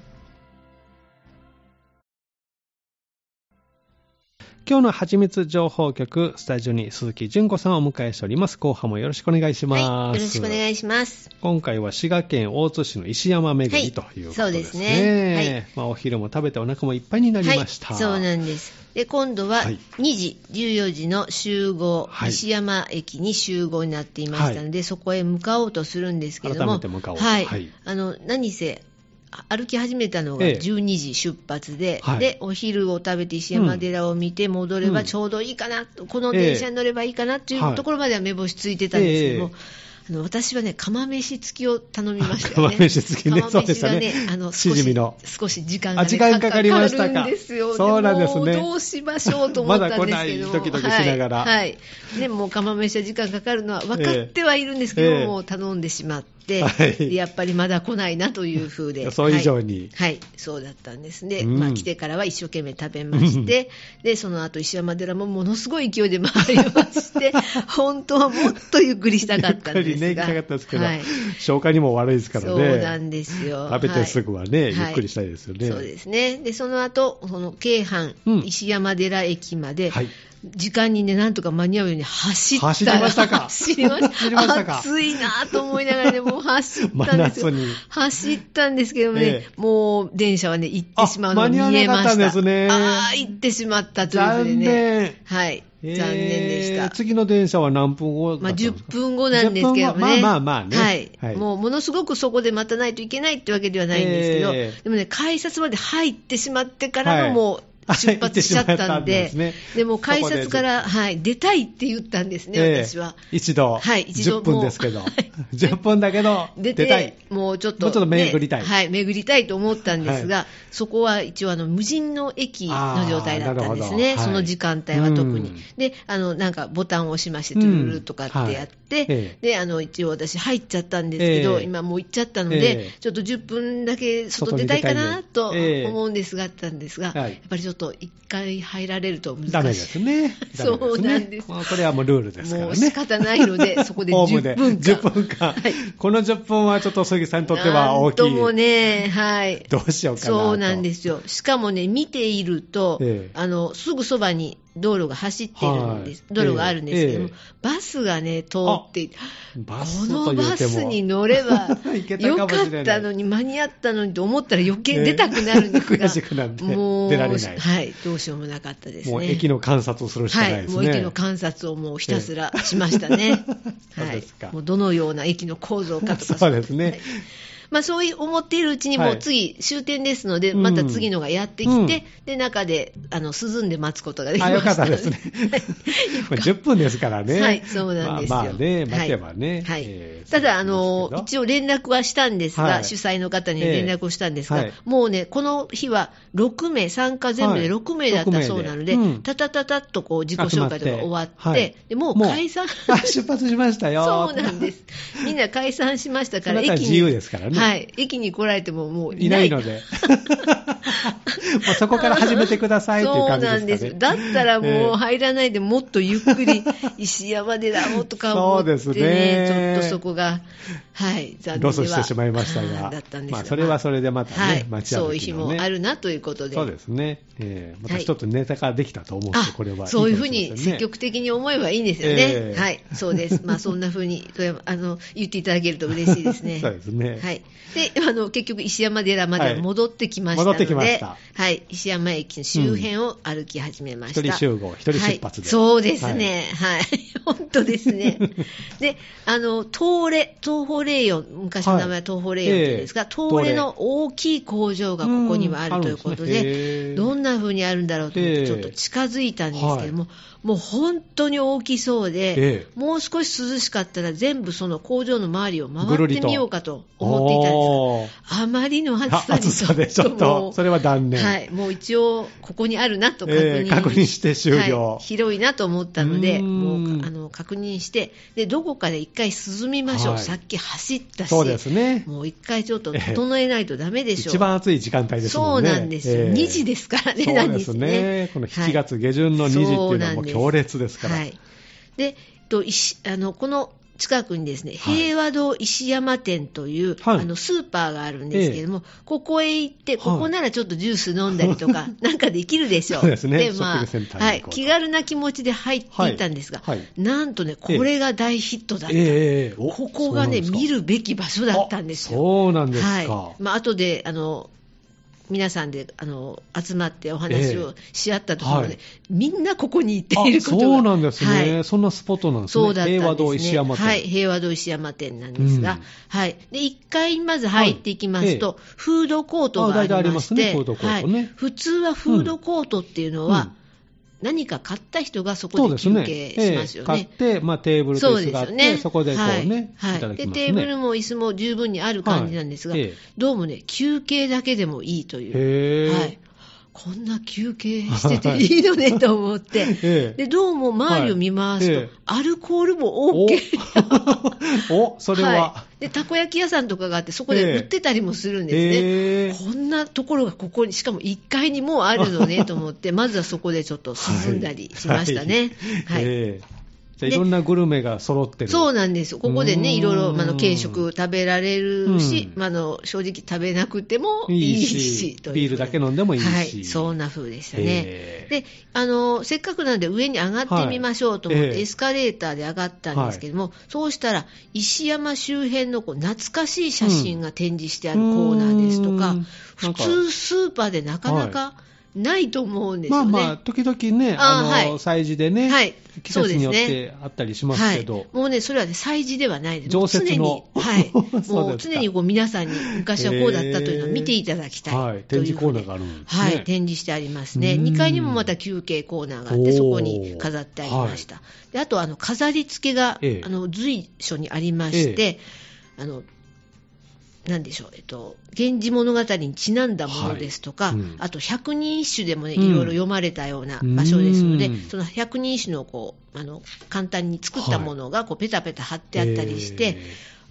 Speaker 1: 今日のはちみつ情報局スタジオに鈴木純子さんをお迎えしております後半もよろしくお願いします、
Speaker 2: はい、よろしくお願いします。
Speaker 1: 今回は滋賀県大津市の石山巡りということですね。
Speaker 2: はいそうですね
Speaker 1: ま
Speaker 2: は
Speaker 1: あ、お昼も食べてお腹もいっぱいになりました。
Speaker 2: はい、そうなんです。で、今度は
Speaker 1: はい
Speaker 2: 2時、14時の集合、
Speaker 1: はい
Speaker 2: 石山駅に集合になっていましたので、そこへ向かおうとするんですけれども、
Speaker 1: 改めて向かおうと
Speaker 2: はい。
Speaker 1: はい
Speaker 2: あの、何せ、あ歩き始めたのが
Speaker 1: ええ
Speaker 2: 12時出発で、
Speaker 1: はい
Speaker 2: で、お昼を食べて石山寺を見て戻ればちょうどいいかな、この電車に乗ればいいかなってい
Speaker 1: ええ
Speaker 2: うところまでは目星ついてたんですけども、
Speaker 1: はいえ
Speaker 2: あの私はね、釜飯付きを頼みましたよ
Speaker 1: 釜
Speaker 2: ね。
Speaker 1: 飯付きね、そうでした
Speaker 2: 釜
Speaker 1: ね
Speaker 2: 飯が。あの
Speaker 1: し
Speaker 2: 少
Speaker 1: じみ
Speaker 2: し
Speaker 1: の。
Speaker 2: 少し時
Speaker 1: あ
Speaker 2: 間が、ね、
Speaker 1: 時間かかりましたか
Speaker 2: るんですよ
Speaker 1: そうなんですね
Speaker 2: もうどうしましょうと思ったんです
Speaker 1: まだ来
Speaker 2: けど
Speaker 1: ないドキドキしながら
Speaker 2: はいはいね、もう釜飯は時間かかるのは分かってはいるんですけど、
Speaker 1: ええ
Speaker 2: もう頼んでしまって、
Speaker 1: はい
Speaker 2: でやっぱりまだ来ないなという風で
Speaker 1: そう以上に
Speaker 2: はい、はいそうだったんですね、
Speaker 1: うん
Speaker 2: まあ、来てからは一生懸命食べまして、でその後石山寺もものすごい勢いで回りま して、本当はもっとゆっくりしたかったんですが。
Speaker 1: ゆっくりね、行きたかったですけど、
Speaker 2: はい
Speaker 1: 消化にも悪いですからね。
Speaker 2: そうなんですよ。
Speaker 1: 食べてすぐはね、
Speaker 2: い
Speaker 1: ゆっくりしたいですよね。
Speaker 2: そうですね。で、その後、その京阪、
Speaker 1: うん
Speaker 2: 石山寺駅まで、
Speaker 1: はい。
Speaker 2: 時間にね、なんとか間に合うように走ったら
Speaker 1: 走りましたか
Speaker 2: 走りました。
Speaker 1: 走りましたか
Speaker 2: 暑いなぁと思いながらね、もう走ったんです
Speaker 1: 真夏
Speaker 2: よ
Speaker 1: に。
Speaker 2: 走ったんですけどもね、
Speaker 1: え
Speaker 2: もう電車はね、行ってしまうのが見
Speaker 1: あ間に
Speaker 2: え
Speaker 1: 合わな
Speaker 2: ま
Speaker 1: かった
Speaker 2: し
Speaker 1: んです
Speaker 2: た。
Speaker 1: ね
Speaker 2: あー行ってしまったということで
Speaker 1: 残
Speaker 2: ね。
Speaker 1: 念。
Speaker 2: はい。残念でした。
Speaker 1: えー次の電車は何分後だ
Speaker 2: まあ、
Speaker 1: ったんですか、
Speaker 2: 10分後なんですけどね、
Speaker 1: 10分後まあまあまあね。
Speaker 2: はい
Speaker 1: はい
Speaker 2: もうものすごくそこで待たないといけないってわけではないんですけど、
Speaker 1: ええ
Speaker 2: でもね、改札まで入ってしまってから
Speaker 1: はい
Speaker 2: のもう、出発しちゃったんで、
Speaker 1: はい行ってしまったんですね
Speaker 2: でも改札から、はい、出たいって言ったんですね、
Speaker 1: ええ
Speaker 2: 私は。
Speaker 1: 一度、
Speaker 2: はい一度
Speaker 1: 10分
Speaker 2: もう
Speaker 1: ですけど、
Speaker 2: はい
Speaker 1: 10分だけど、
Speaker 2: 出
Speaker 1: 出
Speaker 2: て
Speaker 1: たい。
Speaker 2: もうちょっと、
Speaker 1: もうちょっと巡りたい
Speaker 2: ねはい、巡りたいと思ったんですが、
Speaker 1: は
Speaker 2: そこは一応あの、無人の駅の状態だったんです
Speaker 1: あ
Speaker 2: ね、
Speaker 1: ーなるほどはい
Speaker 2: その時間帯は特に。
Speaker 1: うん
Speaker 2: であの、なんかボタンを押しまして、トゥルルルとかってやって、
Speaker 1: うんはいえ
Speaker 2: であの一応私、入っちゃったんですけど、
Speaker 1: ええ
Speaker 2: 今もう行っちゃったので、
Speaker 1: ええ
Speaker 2: ちょっと10分だけ外
Speaker 1: 外
Speaker 2: 出
Speaker 1: に
Speaker 2: た
Speaker 1: 出
Speaker 2: い
Speaker 1: た
Speaker 2: か
Speaker 1: いね
Speaker 2: なと
Speaker 1: ええ
Speaker 2: 思うんですが、あったんですが、
Speaker 1: はい
Speaker 2: やっぱりちょっと一回入られると難しい。
Speaker 1: ダメですね。ダメ
Speaker 2: そうなんです
Speaker 1: ね、これはもうルールですからね。
Speaker 2: もう仕方ないので、そこで
Speaker 1: ホーム
Speaker 2: 10
Speaker 1: で
Speaker 2: 分間。
Speaker 1: 10分間
Speaker 2: はい
Speaker 1: この10分はちょっと杉さんにとっては大きい。
Speaker 2: なんともね、はい。
Speaker 1: どうしようかなと。
Speaker 2: そうなんですよ。しかもね、見ていると、
Speaker 1: ええ
Speaker 2: あの、すぐそばに道路が走ってるんです、
Speaker 1: はい
Speaker 2: 道路があるんですけども、
Speaker 1: ええ
Speaker 2: バスがね、通って、こ
Speaker 1: バス
Speaker 2: の
Speaker 1: と言
Speaker 2: バ
Speaker 1: うても
Speaker 2: スに乗れば
Speaker 1: いけた
Speaker 2: よ
Speaker 1: かも
Speaker 2: か
Speaker 1: し
Speaker 2: っ
Speaker 1: れな
Speaker 2: た
Speaker 1: い
Speaker 2: のに、間に合ったのにと思ったら余計
Speaker 1: ね
Speaker 2: 出たくなるんですが、
Speaker 1: 悔しくなって
Speaker 2: もう
Speaker 1: 出られない
Speaker 2: はい、どうしようもなかったですね。
Speaker 1: もう駅の観察をするしかない
Speaker 2: はい、
Speaker 1: ですね。。
Speaker 2: もう駅の観察をもうひたすらしましたね
Speaker 1: そう
Speaker 2: は
Speaker 1: で
Speaker 2: い
Speaker 1: すか、
Speaker 2: もうどのような駅の構造かとか、
Speaker 1: そうですね
Speaker 2: はいまあ、そういう思っているうちに、も
Speaker 1: は
Speaker 2: う
Speaker 1: い
Speaker 2: 次、終点ですので、
Speaker 1: うん
Speaker 2: また次のがやってきて、
Speaker 1: うん
Speaker 2: で中であの涼んで待つことができま
Speaker 1: あ、
Speaker 2: した
Speaker 1: よかったですね。まあ10分ですからね。
Speaker 2: はい、そうなんですよ。
Speaker 1: まあ、まあね、待てば
Speaker 2: は
Speaker 1: ね
Speaker 2: い。 はい
Speaker 1: えー
Speaker 2: ただ、あの、
Speaker 1: 応、
Speaker 2: 一応連絡はしたんですが、
Speaker 1: はい
Speaker 2: 主催の方に連絡をしたんですが、
Speaker 1: ええはい
Speaker 2: もうね、この日は6名、参加全部
Speaker 1: はい
Speaker 2: で6名だったそうなので、
Speaker 1: 六名でうん
Speaker 2: たたたたっとこう自己紹介とか終わって、
Speaker 1: はい
Speaker 2: でもう解散。
Speaker 1: あ出発しましたよ。
Speaker 2: そうなんです。みんな解散しましたから、
Speaker 1: その後は自由ですからね
Speaker 2: はい。駅に来られてももう
Speaker 1: い
Speaker 2: い
Speaker 1: な
Speaker 2: ないい
Speaker 1: ので。 もうそこから始めてくださいっていう感じですかね。
Speaker 2: そうなんです。だったらもう
Speaker 1: え
Speaker 2: 入らないで、もっとゆっくり石山寺をとか思って、ね、
Speaker 1: そうですね
Speaker 2: ちょっとそこが、はい、
Speaker 1: え
Speaker 2: 残念で
Speaker 1: ロ
Speaker 2: は
Speaker 1: スしてしまいました
Speaker 2: あ
Speaker 1: が
Speaker 2: ーだったんです、が
Speaker 1: まあ、それはそれでまたね、
Speaker 2: はい
Speaker 1: 街
Speaker 2: そう
Speaker 1: 歩
Speaker 2: いう日
Speaker 1: きの
Speaker 2: も
Speaker 1: ね
Speaker 2: あるなということで。
Speaker 1: そうですね、ええまた
Speaker 2: はい
Speaker 1: 一つネタができたと思うんで、
Speaker 2: あ
Speaker 1: これはいい
Speaker 2: そういうふう
Speaker 1: か
Speaker 2: に
Speaker 1: もしれま
Speaker 2: 積
Speaker 1: せんね
Speaker 2: 極的に思えばいいんですよね、
Speaker 1: ええ
Speaker 2: はい、そうです、まあ、そんなふうに富山あの言っていただけると嬉しいですね
Speaker 1: 。そうですね
Speaker 2: はい、であの結局、石山寺までは戻ってきました
Speaker 1: はい
Speaker 2: の
Speaker 1: 戻って
Speaker 2: で、
Speaker 1: きました
Speaker 2: はい、石山駅の周辺を歩き始めました。
Speaker 1: うん一人集合一人出発で
Speaker 2: はいそうですね、はい、 本当です ね。で、あの東レ東宝レイヨン、昔の名前は東宝レイヨンって言うんですが、
Speaker 1: はいええ
Speaker 2: 東レの大きい工場がここにはあるということ
Speaker 1: うんあるんで
Speaker 2: で、
Speaker 1: すねへえ
Speaker 2: どんな風にあるんだろうと思っ
Speaker 1: ええ
Speaker 2: て、ちょっと近づいたんですけども、もう本当に大きそうで、
Speaker 1: ええ
Speaker 2: もう少し涼しかったら、全部その工場の周りを回
Speaker 1: ぐる
Speaker 2: っ
Speaker 1: り
Speaker 2: て
Speaker 1: と
Speaker 2: みようかと思っていたんですが。
Speaker 1: おー
Speaker 2: あまりの暑さに
Speaker 1: 暑さでちょっ
Speaker 2: も
Speaker 1: と、
Speaker 2: う
Speaker 1: それは断念。
Speaker 2: はい、もう一応、ここにあるなと確認,、
Speaker 1: ええ確認して終了
Speaker 2: はい広いなと思ったの
Speaker 1: うー
Speaker 2: で、も
Speaker 1: ん
Speaker 2: うあの確認してで、どこかで一回涼みましょう、
Speaker 1: はい
Speaker 2: さっき走ったし、
Speaker 1: そうですね。
Speaker 2: もう一回ちょっと整えないとダメでしょう、
Speaker 1: 一番暑い時間帯です
Speaker 2: そ
Speaker 1: も
Speaker 2: うん
Speaker 1: ね。
Speaker 2: なんですよ、
Speaker 1: ええ
Speaker 2: 2時ですからね、
Speaker 1: そう
Speaker 2: 何
Speaker 1: で
Speaker 2: 日
Speaker 1: すね。この7月下旬の2時っていうのはもう強烈ですから。
Speaker 2: はい、でえっと石あのこの近くにですね
Speaker 1: はい
Speaker 2: 平和堂石山店という、
Speaker 1: はい
Speaker 2: あのスーパーがあるんですけれども、ここへ行って、
Speaker 1: はい
Speaker 2: ここならちょっとジュース飲んだりとか、 なんかできるでしょ
Speaker 1: そうですねショッ
Speaker 2: ま
Speaker 1: ピング
Speaker 2: あ
Speaker 1: センターに
Speaker 2: は
Speaker 1: 行
Speaker 2: い
Speaker 1: こうと
Speaker 2: 気軽な気持ちで入っていたんですが、
Speaker 1: はいはい
Speaker 2: なんとね、これが大ヒットだった、
Speaker 1: ええええお
Speaker 2: ここが
Speaker 1: そうなんで
Speaker 2: ね、
Speaker 1: すか
Speaker 2: 見るべき場所だったんですよ。
Speaker 1: そうなんですか。
Speaker 2: はいまあ後であの皆さんであの集まってお話をし合ったところ
Speaker 1: ええは
Speaker 2: で、
Speaker 1: い
Speaker 2: みんなここに行ってい
Speaker 1: あ
Speaker 2: ることが
Speaker 1: そうなんですね、
Speaker 2: はい
Speaker 1: そんなスポットなんですね。
Speaker 2: そうだったんです、ね、
Speaker 1: 平和堂石山店。
Speaker 2: はい、平和堂石山店なんですが、
Speaker 1: うん
Speaker 2: はい、で1階にまず入っていきますと、
Speaker 1: は
Speaker 2: フードコートがあ
Speaker 1: あ大
Speaker 2: りまして、
Speaker 1: 体ありますねフードコートね
Speaker 2: はい、普通はフードコートっていうのは、
Speaker 1: うん
Speaker 2: 何か買った人がそ
Speaker 1: そ
Speaker 2: こ
Speaker 1: う
Speaker 2: で
Speaker 1: です
Speaker 2: 休
Speaker 1: ね。
Speaker 2: 憩しますよね。
Speaker 1: ええ買って、まあ、テーブルと
Speaker 2: そう
Speaker 1: 椅子
Speaker 2: です
Speaker 1: があっ
Speaker 2: よ
Speaker 1: て、そ
Speaker 2: ね。
Speaker 1: こでこうね、、
Speaker 2: はいい
Speaker 1: ただき
Speaker 2: で、
Speaker 1: ます
Speaker 2: テ
Speaker 1: ね。
Speaker 2: ーブルも椅子も十分にある感じなんですが、
Speaker 1: はいええ
Speaker 2: どうもね、休憩だけでもいいという。
Speaker 1: へー
Speaker 2: はい。こんな休憩してていいのねと思って、
Speaker 1: ええ
Speaker 2: で、どうも周りを見回すと、
Speaker 1: はいええ
Speaker 2: アルコールも OK。
Speaker 1: おおそれは、
Speaker 2: い、でたこ焼き屋さんとかがあって、そこで売ってたりもするんですね、
Speaker 1: ええへえ
Speaker 2: こんなところがここに、しかも1階にもうあるのねと 思って、まずはそこでちょっと進んだりしましたね。
Speaker 1: は
Speaker 2: はいい
Speaker 1: ええじゃあ
Speaker 2: で
Speaker 1: いろんなグルメが揃ってる。
Speaker 2: そうなんですよここで
Speaker 1: うーん
Speaker 2: ね、いろいろ、まああの、軽食食べられるし、
Speaker 1: うん
Speaker 2: まああの正直食べなくてもい
Speaker 1: い
Speaker 2: い
Speaker 1: い
Speaker 2: し
Speaker 1: し
Speaker 2: という
Speaker 1: ビールだけ飲んでもいいし
Speaker 2: はい、そんな風でした
Speaker 1: へ
Speaker 2: ね
Speaker 1: ー
Speaker 2: であの、せっかくなんで上に上がってみましょうと思っ
Speaker 1: はいえ
Speaker 2: て、
Speaker 1: え
Speaker 2: エスカレーターで上がったんですけども、そうしたら、石山周辺のこう懐かしい写真が展示してあるコーナーですと
Speaker 1: う
Speaker 2: か
Speaker 1: ん、
Speaker 2: 普通、スーパーでなかな
Speaker 1: は
Speaker 2: かないと思うんです
Speaker 1: まあ
Speaker 2: よね。
Speaker 1: まあ、時々ね、
Speaker 2: あー
Speaker 1: あの、
Speaker 2: はい
Speaker 1: 催事でね、
Speaker 2: はい
Speaker 1: 季節によっ
Speaker 2: そうで
Speaker 1: てあったりしますけど、
Speaker 2: はい、もうね、それはね、催事ではないです。
Speaker 1: 常設の
Speaker 2: 常に、はい
Speaker 1: そうです、か
Speaker 2: もう常にこう皆さんに昔はこうだったというのを見ていただきたい
Speaker 1: へーはい展示コーナーがあるんですね
Speaker 2: はい、展示してありますね。
Speaker 1: うん
Speaker 2: 2階にもまた休憩コーナーがあって、そこに飾ってありました。であと、あの飾り付けが、
Speaker 1: ええ
Speaker 2: あの随所にありまして、
Speaker 1: え
Speaker 2: あのなんでしょう、えっと、源氏物語にちなんだものですとか、
Speaker 1: はいうん
Speaker 2: あと百人一首でもね、
Speaker 1: うん
Speaker 2: いろいろ読まれたような場所ですので、
Speaker 1: うん
Speaker 2: その百人一首のこうあの簡単に作ったものがこうペタペタ貼ってあったりして、
Speaker 1: え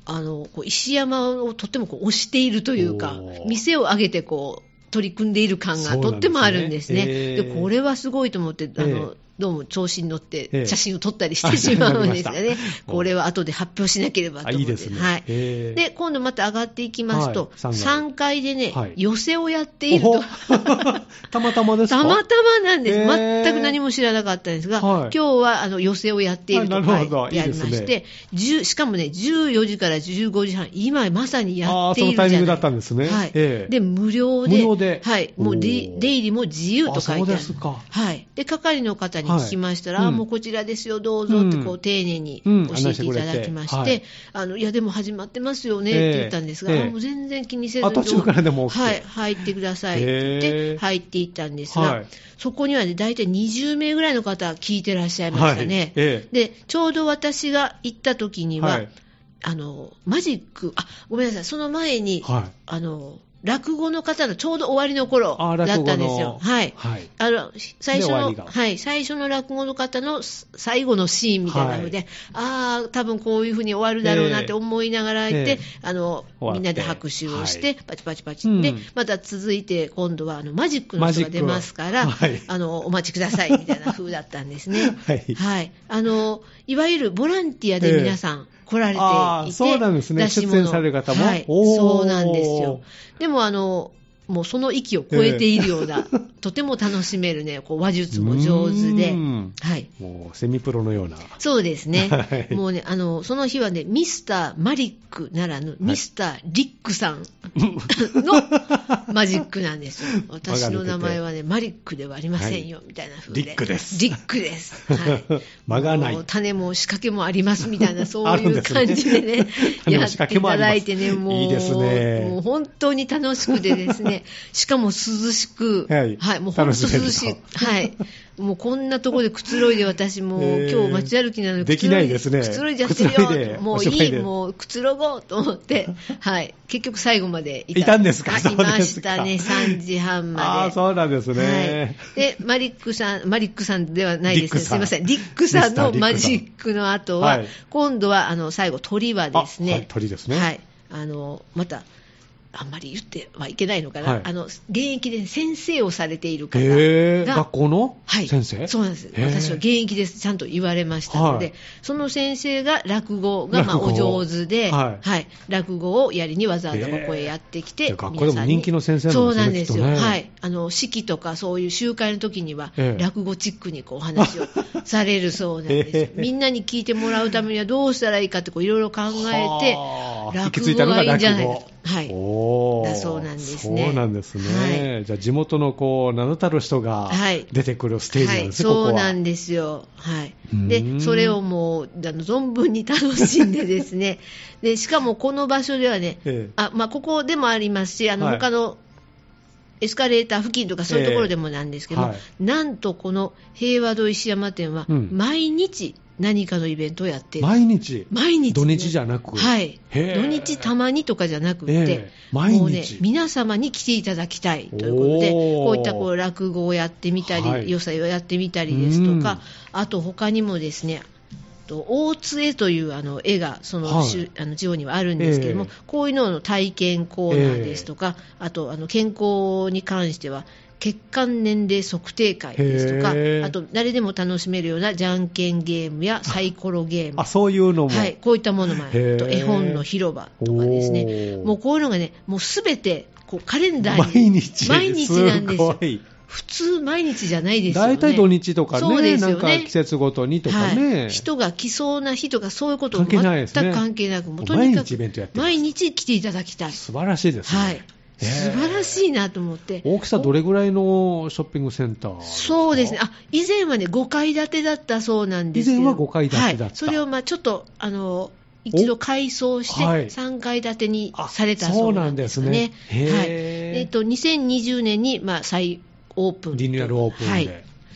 Speaker 2: あのこう石山をとってもこう推しているというか
Speaker 1: おー、
Speaker 2: 店を挙げてこう取り組んでいる感が
Speaker 1: そうなんですね
Speaker 2: とってもあるんですね。
Speaker 1: え
Speaker 2: で
Speaker 1: ー
Speaker 2: これはすごいと思って、あの
Speaker 1: えー
Speaker 2: どうも調子に乗っ
Speaker 1: えー
Speaker 2: て写真を撮ったりしてしまうんですよ
Speaker 1: あわか
Speaker 2: ね
Speaker 1: りまし。た
Speaker 2: これは後で発表しなければと
Speaker 1: あい
Speaker 2: 思っ
Speaker 1: い
Speaker 2: て。
Speaker 1: ですね。
Speaker 2: はい
Speaker 1: へー
Speaker 2: で、今度また上がっていきますと、
Speaker 1: はい三階
Speaker 2: 3階でね、
Speaker 1: はい
Speaker 2: 寄せをやっていると
Speaker 1: お。 たまたまですか
Speaker 2: たまたまなんです、
Speaker 1: へー
Speaker 2: 全く何も知らなかったんですが、
Speaker 1: はい
Speaker 2: 今日はあの寄せをやっていると
Speaker 1: あ
Speaker 2: 書
Speaker 1: ないるほど
Speaker 2: てありま
Speaker 1: いい
Speaker 2: して、
Speaker 1: で
Speaker 2: 10しかもね、14時から15時半、今まさにやっているじゃ
Speaker 1: あーそのタイ
Speaker 2: ない
Speaker 1: ミングだったんですね
Speaker 2: はい
Speaker 1: ええ
Speaker 2: で無料で
Speaker 1: 無料で
Speaker 2: はい、もう出
Speaker 1: おー
Speaker 2: 出入りも自由と書いてある。
Speaker 1: あそうですか
Speaker 2: はい、で係の方に聞きましたら、
Speaker 1: はい
Speaker 2: あ
Speaker 1: うん
Speaker 2: もうこちらですよ、どうぞってこ
Speaker 1: う
Speaker 2: うん丁寧に
Speaker 1: うん
Speaker 2: 教えていただきまして、
Speaker 1: 案内してくれて
Speaker 2: あのいや、でも始まってますよねって言ったんですが、
Speaker 1: ええ
Speaker 2: あもう全然気にせず
Speaker 1: あ途中からでも OK
Speaker 2: はい、入ってくださいって
Speaker 1: へ
Speaker 2: 言っ
Speaker 1: え
Speaker 2: て、入っていったんですが、
Speaker 1: はい
Speaker 2: そこにはね、大体20名ぐらいの方、聞いてらっしゃいました
Speaker 1: はい
Speaker 2: ね。
Speaker 1: え
Speaker 2: で、ちょうど私が行った時には、
Speaker 1: はい
Speaker 2: あの、マジック、あ、ごめんなさい、その前に、
Speaker 1: はい。
Speaker 2: あの、落語の方のちょうど終わりの頃
Speaker 1: あ
Speaker 2: だったんですよ。はい。
Speaker 1: はい。
Speaker 2: あの最初
Speaker 1: で終わ
Speaker 2: の
Speaker 1: り、が
Speaker 2: はい、最初の落語の方のす最後のシーンみたいなので、ああ、多分こういうふうに終わるだろうなって思いながらいて、
Speaker 1: ええ
Speaker 2: あの
Speaker 1: 終わって
Speaker 2: みんなで拍手をして、
Speaker 1: はい
Speaker 2: パチパチパチって、
Speaker 1: うん
Speaker 2: また続いて今度はあのマジックの人が出ますから、
Speaker 1: マジックはい
Speaker 2: あのお待ちくださいみたいな風だったんですね。
Speaker 1: はい
Speaker 2: あのいわゆるボランティアで皆さん来られていて、
Speaker 1: あーそうなんですね
Speaker 2: 出し物
Speaker 1: 出演される方も
Speaker 2: はい、
Speaker 1: おー
Speaker 2: そうなんですよ。でもあのもうその域を超えているよ うな、とても楽しめるね、こう話術も上手で
Speaker 1: うー、ん
Speaker 2: はい、
Speaker 1: もうセミプロのような。
Speaker 2: そうですね、
Speaker 1: はい
Speaker 2: もうねあの、その日はね、ミスター・マリックならぬ、ミスター・リックさん のマジックなんですよ、私の名前はね、マリックではありませんよ、みたいな風で、
Speaker 1: リックです
Speaker 2: リックです、はい
Speaker 1: 間がない
Speaker 2: もう種も仕掛けもありますみた いな、そ
Speaker 1: あ
Speaker 2: う
Speaker 1: るん
Speaker 2: いう
Speaker 1: ですね
Speaker 2: 感じでね、
Speaker 1: 種
Speaker 2: や
Speaker 1: も
Speaker 2: っ
Speaker 1: 仕
Speaker 2: て
Speaker 1: 掛
Speaker 2: い
Speaker 1: けもあ
Speaker 2: た
Speaker 1: ります
Speaker 2: だいてね、もう、
Speaker 1: いいですね
Speaker 2: もう本当に楽しくてですね、 しかも涼しく、
Speaker 1: はい
Speaker 2: もう本
Speaker 1: 楽し
Speaker 2: 当
Speaker 1: める
Speaker 2: 涼
Speaker 1: と
Speaker 2: しい。はい。もうこんなところでくつろいで私も
Speaker 1: えー
Speaker 2: 今日街歩きなのにく
Speaker 1: で
Speaker 2: つ
Speaker 1: き
Speaker 2: ろ
Speaker 1: ないですね
Speaker 2: くつろいじゃって
Speaker 1: くつろい
Speaker 2: る
Speaker 1: で
Speaker 2: よ。もう
Speaker 1: お芝
Speaker 2: い
Speaker 1: 居
Speaker 2: い、
Speaker 1: で
Speaker 2: もうくつろごうと思って、はい。結局最後までいた。
Speaker 1: いたんですか
Speaker 2: はい
Speaker 1: そ
Speaker 2: いう
Speaker 1: ですか
Speaker 2: ましたね。3時半まで。
Speaker 1: ああ、そうなんですね。
Speaker 2: はい。で、マリックさん、マリックさんではないです
Speaker 1: リック
Speaker 2: ね。す
Speaker 1: さ
Speaker 2: み
Speaker 1: ん
Speaker 2: ません。リックさ
Speaker 1: ミ
Speaker 2: んの
Speaker 1: スター
Speaker 2: マ
Speaker 1: リックさん
Speaker 2: ジックの後
Speaker 1: は
Speaker 2: は、
Speaker 1: い
Speaker 2: 今度は、あの、最後、鳥はですね。
Speaker 1: あはい鳥ですね
Speaker 2: はい。あの、また、あんまり言ってはいけないのかな。
Speaker 1: はい
Speaker 2: あの、現役で先生をされている方が。
Speaker 1: へえ学校の
Speaker 2: はい、
Speaker 1: 先生
Speaker 2: そうなんです、
Speaker 1: へえ
Speaker 2: 私は現役です、ちゃんと言われましたので、
Speaker 1: はい
Speaker 2: その先生が落語がまあ
Speaker 1: 落語
Speaker 2: お上手で、
Speaker 1: は
Speaker 2: はいい落語をやりにわざわざここへやってき
Speaker 1: へえ
Speaker 2: て、
Speaker 1: 学校でも人気の先生
Speaker 2: 皆
Speaker 1: な
Speaker 2: さ
Speaker 1: ん
Speaker 2: ん
Speaker 1: で
Speaker 2: に
Speaker 1: す
Speaker 2: そ
Speaker 1: ね
Speaker 2: うなんです
Speaker 1: きっとね
Speaker 2: よ、はい、あの式とかそういう集会の時には、
Speaker 1: ええ
Speaker 2: 落語チックにこうお話をされるそうなんですよ、
Speaker 1: へえ
Speaker 2: みんなに聞いてもらうためにはどうしたらいいかってこういろいろ考えて
Speaker 1: は、あ行き着
Speaker 2: 落
Speaker 1: いた
Speaker 2: 語
Speaker 1: のが
Speaker 2: がいいんじゃない
Speaker 1: 落
Speaker 2: か
Speaker 1: 語
Speaker 2: と。はい
Speaker 1: おー
Speaker 2: だそうなんですね
Speaker 1: そうなんですね。じゃあ、地元のこう名だたる人が
Speaker 2: はい
Speaker 1: 出てくるステージなんですね、
Speaker 2: は
Speaker 1: こ
Speaker 2: い、そう
Speaker 1: こは。
Speaker 2: なんですよ、は
Speaker 1: う
Speaker 2: い、
Speaker 1: ーん
Speaker 2: でそれをもうあの存分に楽しんでですね でしかもこの場所ではね、
Speaker 1: ええ
Speaker 2: あまあ、ここでもありますしあの
Speaker 1: はい
Speaker 2: 他のエスカレーター付近とかそういうところでもなんですけど、
Speaker 1: ええはい
Speaker 2: なんとこの平和堂石山店は
Speaker 1: うん
Speaker 2: 毎日何かのイベントをやっている、
Speaker 1: 毎日。
Speaker 2: 毎日ね、
Speaker 1: 土日じゃなく
Speaker 2: はい、
Speaker 1: へえ
Speaker 2: 土日たまにとかじゃなくて、
Speaker 1: ええ毎日
Speaker 2: もうね、皆様に来ていただきたいということ
Speaker 1: おー
Speaker 2: で、こういったこう落語をやってみたり、
Speaker 1: はい
Speaker 2: よさいをやってみたりですと
Speaker 1: うん
Speaker 2: か、あと他にもですね、と大津絵というあの絵がその、
Speaker 1: はい
Speaker 2: しあの地方にはあるんですけれども、
Speaker 1: ええ
Speaker 2: こういうのの体験コーナーですとか、あとあの健康に関しては、血管年齢測定会ですとか
Speaker 1: へえ、
Speaker 2: あと誰でも楽しめるようなじゃんけんゲームやサイコロゲーム
Speaker 1: あ、、そういうのも。
Speaker 2: はい、こういったものもあ
Speaker 1: へー
Speaker 2: ると絵本の広場とかです
Speaker 1: お
Speaker 2: ね、
Speaker 1: ー
Speaker 2: もうこういうのがね、もうすべてこうカレンダー
Speaker 1: 毎
Speaker 2: に
Speaker 1: 日。
Speaker 2: 毎日なんですよ
Speaker 1: ご。い。
Speaker 2: 普通、毎日じゃないですよね。
Speaker 1: 大体土日とか
Speaker 2: そう
Speaker 1: ね、
Speaker 2: ですよ
Speaker 1: な
Speaker 2: ね
Speaker 1: んか季節ごとにとか
Speaker 2: は
Speaker 1: ね
Speaker 2: い、。人が来そうな日とか、そういうこと
Speaker 1: 関係ないで
Speaker 2: 全
Speaker 1: すね
Speaker 2: く関係なく、もうと
Speaker 1: 毎
Speaker 2: にか
Speaker 1: 日イ
Speaker 2: く
Speaker 1: ベントやってます
Speaker 2: 毎日来ていただきたい。
Speaker 1: 素晴らしいですね。
Speaker 2: はい
Speaker 1: へえ
Speaker 2: 素晴らしいなと思って、
Speaker 1: 大きさどれぐらいのショッピングセンター
Speaker 2: そうですね、あ以前はね、5階建てだったそうなんですけど
Speaker 1: 以前は5階建てだった
Speaker 2: はい、それをまあちょっとあの一度改装して、
Speaker 1: はい
Speaker 2: 3階建てに
Speaker 1: あ
Speaker 2: されたそうなんですよね。
Speaker 1: そうなんですね
Speaker 2: はい
Speaker 1: へー
Speaker 2: えっと2020年に、まあ、再オープン
Speaker 1: リニューアルオープンで、
Speaker 2: はい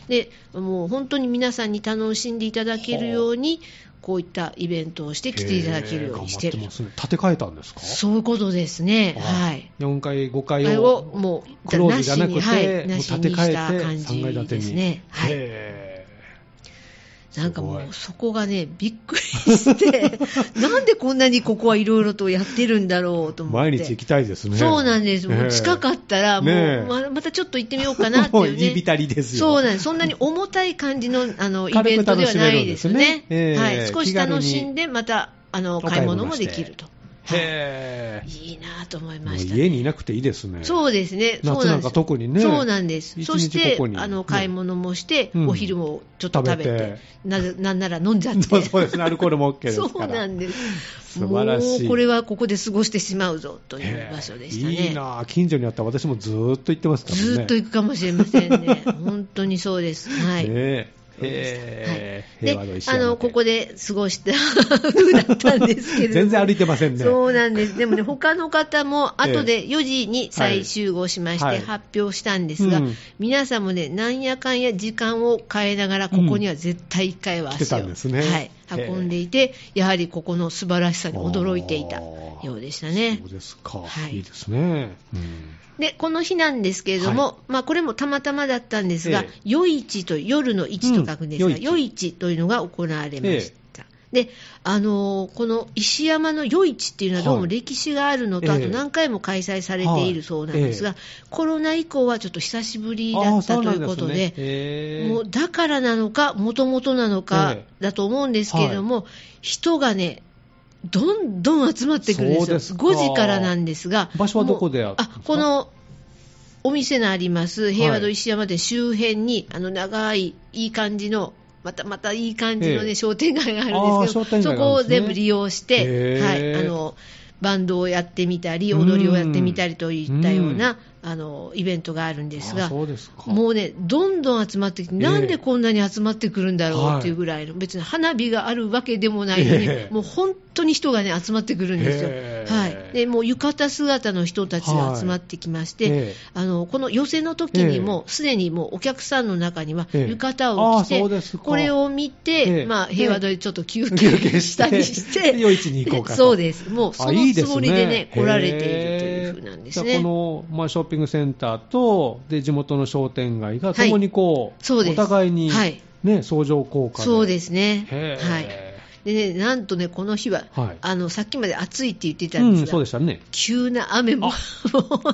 Speaker 2: でもう本当に皆さんに楽しんでいただけるように、こういったイベントをして来ていただけるようにして
Speaker 1: へー頑張
Speaker 2: る
Speaker 1: ってま、すね建て替えたんですか
Speaker 2: そういうことですね、はい、
Speaker 1: 4階、5
Speaker 2: あれ
Speaker 1: 階を
Speaker 2: をもう
Speaker 1: クローズじゃなくて、
Speaker 2: なしにはい
Speaker 1: もう
Speaker 2: なし
Speaker 1: 建
Speaker 2: に
Speaker 1: て替
Speaker 2: した
Speaker 1: えて
Speaker 2: 感じ
Speaker 1: 3階建てに。
Speaker 2: ですねはい
Speaker 1: へー
Speaker 2: なんかも
Speaker 1: すご
Speaker 2: う
Speaker 1: い
Speaker 2: そこがね、びっくり して、なんでこんなにここはいろいろとやってるんだろうと思って。
Speaker 1: 毎日行きたいですね。
Speaker 2: そうなんです、も
Speaker 1: へ
Speaker 2: う
Speaker 1: ー
Speaker 2: 近かったら、もう、
Speaker 1: ねえ
Speaker 2: ままたちょっと行ってみようかなって
Speaker 1: もう
Speaker 2: いう、ね、
Speaker 1: 入り浸りですよ。
Speaker 2: そうなんです、そんなに重たい感じのあのイ
Speaker 1: 軽く
Speaker 2: ベントではないですよね
Speaker 1: 楽しめるんですねええ
Speaker 2: はい、少し
Speaker 1: 気軽に
Speaker 2: 楽しんで、またあの
Speaker 1: お買
Speaker 2: 買
Speaker 1: い
Speaker 2: い
Speaker 1: 物
Speaker 2: 物
Speaker 1: も
Speaker 2: も
Speaker 1: して
Speaker 2: できると、
Speaker 1: へー
Speaker 2: いいなと思い
Speaker 1: もう
Speaker 2: ました、
Speaker 1: 家にいなくていいですね。
Speaker 2: そうですね、
Speaker 1: 夏
Speaker 2: そう
Speaker 1: な
Speaker 2: なんんで
Speaker 1: か
Speaker 2: す
Speaker 1: 特にね。
Speaker 2: そうなんです、
Speaker 1: 一日
Speaker 2: そして
Speaker 1: ここに
Speaker 2: あ
Speaker 1: ね
Speaker 2: の買い物もして、
Speaker 1: うん
Speaker 2: お昼もちょっと食べ
Speaker 1: 食べ
Speaker 2: て
Speaker 1: て、
Speaker 2: なぜなんなら飲ん じゃって。
Speaker 1: そうそうですね。アルコールも OK ですか
Speaker 2: そ
Speaker 1: ら。
Speaker 2: うなんです。
Speaker 1: 素晴らしい。
Speaker 2: もうこれはここで過ごしてしまうぞとい
Speaker 1: へー
Speaker 2: う場所でしたね。
Speaker 1: いいなあ近所にあった私もずーっと行ってますからね。
Speaker 2: ずーっと行くかもしれませ んね。本当にそうです。はい。
Speaker 1: ねえ
Speaker 2: はい
Speaker 1: へー
Speaker 2: で
Speaker 1: 平和の、石
Speaker 2: あ
Speaker 1: 山
Speaker 2: の、
Speaker 1: で
Speaker 2: ここで過ごした 風だったんですけれども。
Speaker 1: 全然歩いてませんね。
Speaker 2: そうなんです。で もね、他の方も後で4時に再集合しまし
Speaker 1: は
Speaker 2: て
Speaker 1: い
Speaker 2: 発表したんですが、
Speaker 1: うん
Speaker 2: 皆さんもね、なんやかんや時間を変えながら、ここには絶対1回は
Speaker 1: 来て
Speaker 2: 足
Speaker 1: た
Speaker 2: を、
Speaker 1: んですね
Speaker 2: はい
Speaker 1: へえ、
Speaker 2: 運んでいて、やはりここの素晴らしさに驚いていたようでしたね
Speaker 1: そう。ですか、
Speaker 2: はい
Speaker 1: い、いですね、うん
Speaker 2: で、この日なんですけれども、
Speaker 1: はい
Speaker 2: まあ、これもたまたまだったんですが
Speaker 1: ええ、
Speaker 2: 夜市と、夜の市と書くんですが、
Speaker 1: うん夜市
Speaker 2: 夜市というのが行われました。で、あのーこの石山の夜市っていうのはどう
Speaker 1: は
Speaker 2: も
Speaker 1: い
Speaker 2: 歴史があるのと、
Speaker 1: ええ
Speaker 2: あと何回も開催されているそうなんですが、
Speaker 1: は
Speaker 2: コロナ以降はちょっと久しぶりだったということで、も
Speaker 1: も
Speaker 2: うだからなのか、もともとなのか
Speaker 1: ええ
Speaker 2: だと思うんですけれども、人がね、どんどん集まってくるんです
Speaker 1: そう
Speaker 2: よ、
Speaker 1: ですか
Speaker 2: 5時からなんですが、
Speaker 1: 場所はどこで
Speaker 2: もう
Speaker 1: やったんです
Speaker 2: あ
Speaker 1: か
Speaker 2: このお店のあります、平和
Speaker 1: は
Speaker 2: 堂
Speaker 1: い
Speaker 2: 石山店周辺に、あの長い、いい感じの、またまたいい感じの、ね
Speaker 1: ええ
Speaker 2: 商店街があるんです
Speaker 1: あー商
Speaker 2: け
Speaker 1: 店街があるんで
Speaker 2: ど、そ
Speaker 1: すね
Speaker 2: こを全部利用して、
Speaker 1: へ
Speaker 2: はい
Speaker 1: え
Speaker 2: あのバンドをやってみたり、踊りをやってみたりといったような、あのイベントがあるんですが。
Speaker 1: そうですか
Speaker 2: もうね、どんどん集まってきて、
Speaker 1: ええ
Speaker 2: なんでこんなに集まってくるんだろうっていうぐらいの、別に花火があるわけでもないのに、
Speaker 1: ええ
Speaker 2: もう本当に人がね、集まってくるんですよ。
Speaker 1: ええ
Speaker 2: はい。で、もう浴衣姿の人たちが集まってきまして、
Speaker 1: はいええ
Speaker 2: あの、この寄席の時にも、すでにもうお客さんの中には、
Speaker 1: ええ
Speaker 2: 浴衣を着
Speaker 1: ああ
Speaker 2: て、
Speaker 1: そうですか
Speaker 2: これを見て、
Speaker 1: ええ
Speaker 2: まあ、平和堂でちょっと休
Speaker 1: 休
Speaker 2: 憩
Speaker 1: 憩
Speaker 2: し
Speaker 1: したた
Speaker 2: り
Speaker 1: り
Speaker 2: し、
Speaker 1: してて夜市に行こうかと
Speaker 2: そうです。もう、そ
Speaker 1: あ
Speaker 2: の
Speaker 1: いい
Speaker 2: つ
Speaker 1: す
Speaker 2: もりでね、
Speaker 1: へー
Speaker 2: 来られているというふうなんです
Speaker 1: じゃ
Speaker 2: ね
Speaker 1: あ。この、まあ、ショッピングセンターとで地元の商店街がともにこう,、
Speaker 2: そうです
Speaker 1: お互いに、
Speaker 2: はい
Speaker 1: ね、相乗効果で
Speaker 2: そうですすね。
Speaker 1: へー
Speaker 2: はい。でね、なんとね、この日は、
Speaker 1: はい
Speaker 2: あのさっきまで暑いって言ってた
Speaker 1: うん
Speaker 2: で
Speaker 1: ん、
Speaker 2: すが、
Speaker 1: そうでしたね
Speaker 2: 急な雨も、 も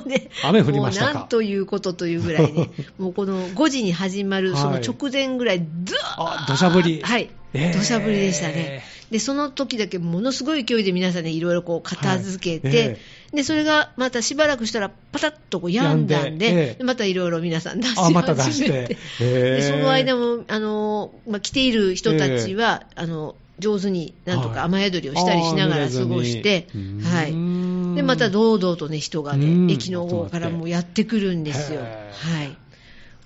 Speaker 2: うね、
Speaker 1: 雨降りましたか
Speaker 2: もうなんということというぐら いね、もうこの5時に始まる、
Speaker 1: はい
Speaker 2: その直前ぐらい、ず
Speaker 1: あ土砂降り
Speaker 2: はい、
Speaker 1: えー
Speaker 2: 土砂降りでしたね。で、その時だけ、ものすごい勢いで皆さんね、いろいろこう片付けて、
Speaker 1: はいえ
Speaker 2: で、それがまたしばらくしたら、パタッとこう止んだんで、
Speaker 1: 止んでええ
Speaker 2: でまたいろいろ皆さん出し
Speaker 1: あまた出
Speaker 2: 始
Speaker 1: し
Speaker 2: め
Speaker 1: て
Speaker 2: て、
Speaker 1: へ
Speaker 2: で
Speaker 1: ー
Speaker 2: その間も、あのまあ、来ている人たちは、あの上手になんと
Speaker 1: は
Speaker 2: か
Speaker 1: い
Speaker 2: 雨宿りをしたりしながら過ごして、
Speaker 1: あー
Speaker 2: は
Speaker 1: うー
Speaker 2: い、
Speaker 1: ん
Speaker 2: でまた堂々と、ね、人が、
Speaker 1: う
Speaker 2: ね、
Speaker 1: ん
Speaker 2: 駅の方からもうやってくるんです
Speaker 1: へ
Speaker 2: よ。
Speaker 1: ー
Speaker 2: はい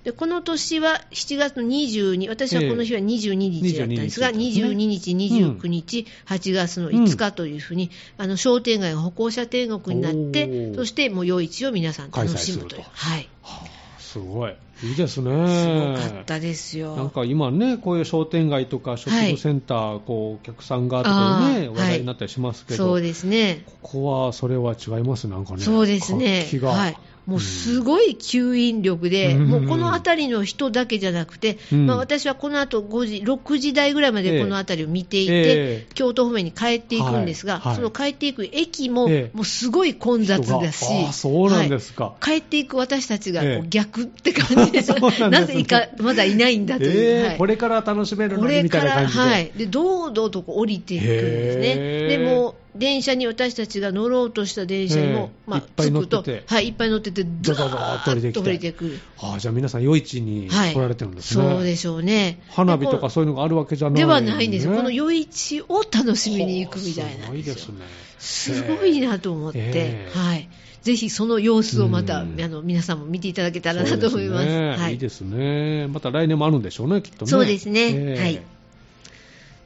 Speaker 2: でこの年は7月の22、私はこの日は22日だったんですが、
Speaker 1: 22日
Speaker 2: 22日、29日、8月の5日というふうに、あの商店街が歩行者天国になっ
Speaker 1: お
Speaker 2: て、
Speaker 1: ー
Speaker 2: そしてもう夜市を皆さん楽しむとい
Speaker 1: 開催すると、
Speaker 2: うはい、
Speaker 1: はあすごいいいですね
Speaker 2: すごかったですよ。
Speaker 1: なんか今ね、こういう商店街とかショッピングセンター、こうお客さんがとかね、
Speaker 2: あー
Speaker 1: 話題になったりしますけど、
Speaker 2: そうですね。
Speaker 1: ここはそれは違いますね、なんかね、
Speaker 2: そうですね
Speaker 1: 活気。が、
Speaker 2: はい。もうすごい吸引力で、
Speaker 1: うん
Speaker 2: もうこの辺りの人だけじゃなくて、
Speaker 1: うん
Speaker 2: まあ、私はこの後5時、6時台ぐらいま
Speaker 1: え
Speaker 2: で
Speaker 1: え
Speaker 2: この辺りを見ていて、
Speaker 1: ええ
Speaker 2: 京都方面に帰っていくんです
Speaker 1: は
Speaker 2: が、
Speaker 1: いはい
Speaker 2: その帰っていく駅も、
Speaker 1: ええ
Speaker 2: もうすごい混雑だし
Speaker 1: 人があ、あそうなんですか
Speaker 2: はい帰っていく私たちがこう
Speaker 1: ええ
Speaker 2: 逆って感じ で、
Speaker 1: そうなんですね
Speaker 2: なぜいかまだいないんだという。
Speaker 1: えー
Speaker 2: はい
Speaker 1: これから楽しめる
Speaker 2: こ
Speaker 1: のに
Speaker 2: れ
Speaker 1: みた
Speaker 2: か
Speaker 1: いな
Speaker 2: ら、
Speaker 1: 感じで、
Speaker 2: はい、で堂々とこう降りていくんですね、
Speaker 1: へー
Speaker 2: でもう電車に私たちが乗ろうとした電車にも、
Speaker 1: えー
Speaker 2: まあ、
Speaker 1: いっぱい乗って
Speaker 2: 着
Speaker 1: て
Speaker 2: くと、はい、いっぱい乗ってて、
Speaker 1: ドドドーっと降りてきて
Speaker 2: ドーッと降りてくる、
Speaker 1: ああじゃあ皆さん、夜市に
Speaker 2: はい、
Speaker 1: 来られてるんですね、
Speaker 2: そうでしょうね、
Speaker 1: 花火とか
Speaker 2: で
Speaker 1: そういうのがあるわけじゃ
Speaker 2: こ
Speaker 1: ない、
Speaker 2: ではないんですよ、
Speaker 1: ね
Speaker 2: この夜市を楽しみに行くみたいな
Speaker 1: はあす
Speaker 2: ん
Speaker 1: ごい
Speaker 2: で
Speaker 1: ですす
Speaker 2: よ。
Speaker 1: ね。
Speaker 2: すごいなと思って、
Speaker 1: ええ
Speaker 2: はい、ぜひその様子をまた、
Speaker 1: うん
Speaker 2: あの皆さんも見ていただけたら
Speaker 1: そ
Speaker 2: な
Speaker 1: うで
Speaker 2: と
Speaker 1: す
Speaker 2: 思います。
Speaker 1: ね、
Speaker 2: はい
Speaker 1: い
Speaker 2: い、
Speaker 1: ですね。また来年もあるんでしょうね、きっとね。
Speaker 2: そうですね
Speaker 1: ええ
Speaker 2: はい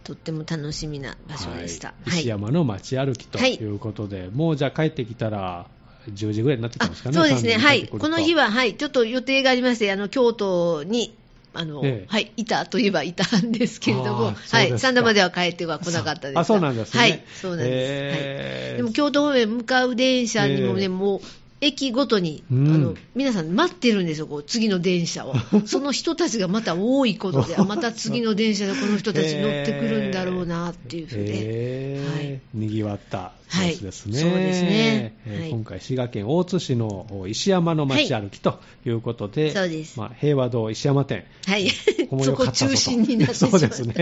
Speaker 2: とっても楽しみな場所でした。
Speaker 1: はい、石山の街歩きと
Speaker 2: はい
Speaker 1: いうことで、もうじゃあ帰ってきたら10時ぐらいになってきた
Speaker 2: あ
Speaker 1: んです
Speaker 2: そ
Speaker 1: か
Speaker 2: う
Speaker 1: ね。
Speaker 2: です
Speaker 1: 3時
Speaker 2: ね、
Speaker 1: に
Speaker 2: は
Speaker 1: 帰っ
Speaker 2: い、
Speaker 1: てくると
Speaker 2: この日は、はい、ちょっと予定がありまして、あの京都にあの、
Speaker 1: ええ
Speaker 2: はい、いたといえばいたんですけれども、
Speaker 1: あーそうですか
Speaker 2: はい、三田までは帰っては来なかったですが
Speaker 1: あそうなんですね
Speaker 2: はい、そうなんです、
Speaker 1: え
Speaker 2: はい、
Speaker 1: ー
Speaker 2: でも京都方面向かう電車にもね、
Speaker 1: ええ
Speaker 2: もう駅ごとに、
Speaker 1: うん
Speaker 2: あの皆さん待ってるんですよ、こう次の電 車を、その人たちがまた多いことで、あまた次の電車でこの人たち乗ってくるんだろうなっていうふ うで。
Speaker 1: えー
Speaker 2: はい
Speaker 1: にぎわった様子ですね。
Speaker 2: はいそうですね
Speaker 1: えー
Speaker 2: はい
Speaker 1: 今回、滋賀県大津市の石山の街歩きということで、
Speaker 2: そうです
Speaker 1: まあ、平和堂石山店、
Speaker 2: はい、
Speaker 1: ここも
Speaker 2: そ
Speaker 1: 良かっ
Speaker 2: こ
Speaker 1: たぞと
Speaker 2: 中心になってしまっ
Speaker 1: そ
Speaker 2: た
Speaker 1: うですね、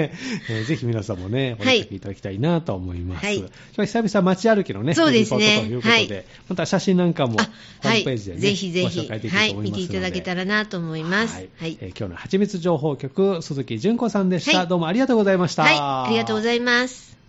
Speaker 1: えーぜひ皆さんもね、お
Speaker 2: は
Speaker 1: 追
Speaker 2: い
Speaker 1: いかけいただきたいなと思います。
Speaker 2: はい
Speaker 1: じゃあ久々街歩きのね、
Speaker 2: そうですね
Speaker 1: リポートということで、
Speaker 2: は
Speaker 1: また写真なんかもホ
Speaker 2: あは
Speaker 1: ーム
Speaker 2: い、
Speaker 1: ページでね、
Speaker 2: ぜひぜ
Speaker 1: ご紹
Speaker 2: ひ、
Speaker 1: 介できる
Speaker 2: は
Speaker 1: と
Speaker 2: い、
Speaker 1: 思い
Speaker 2: 見
Speaker 1: ま
Speaker 2: て
Speaker 1: すの
Speaker 2: い
Speaker 1: で。
Speaker 2: ただけたらなと思います。はい、はい
Speaker 1: えー今日の蜂蜜情報局、鈴木純子さんでした。
Speaker 2: はい
Speaker 1: どうもありがとうございました。
Speaker 2: ありがとうございます。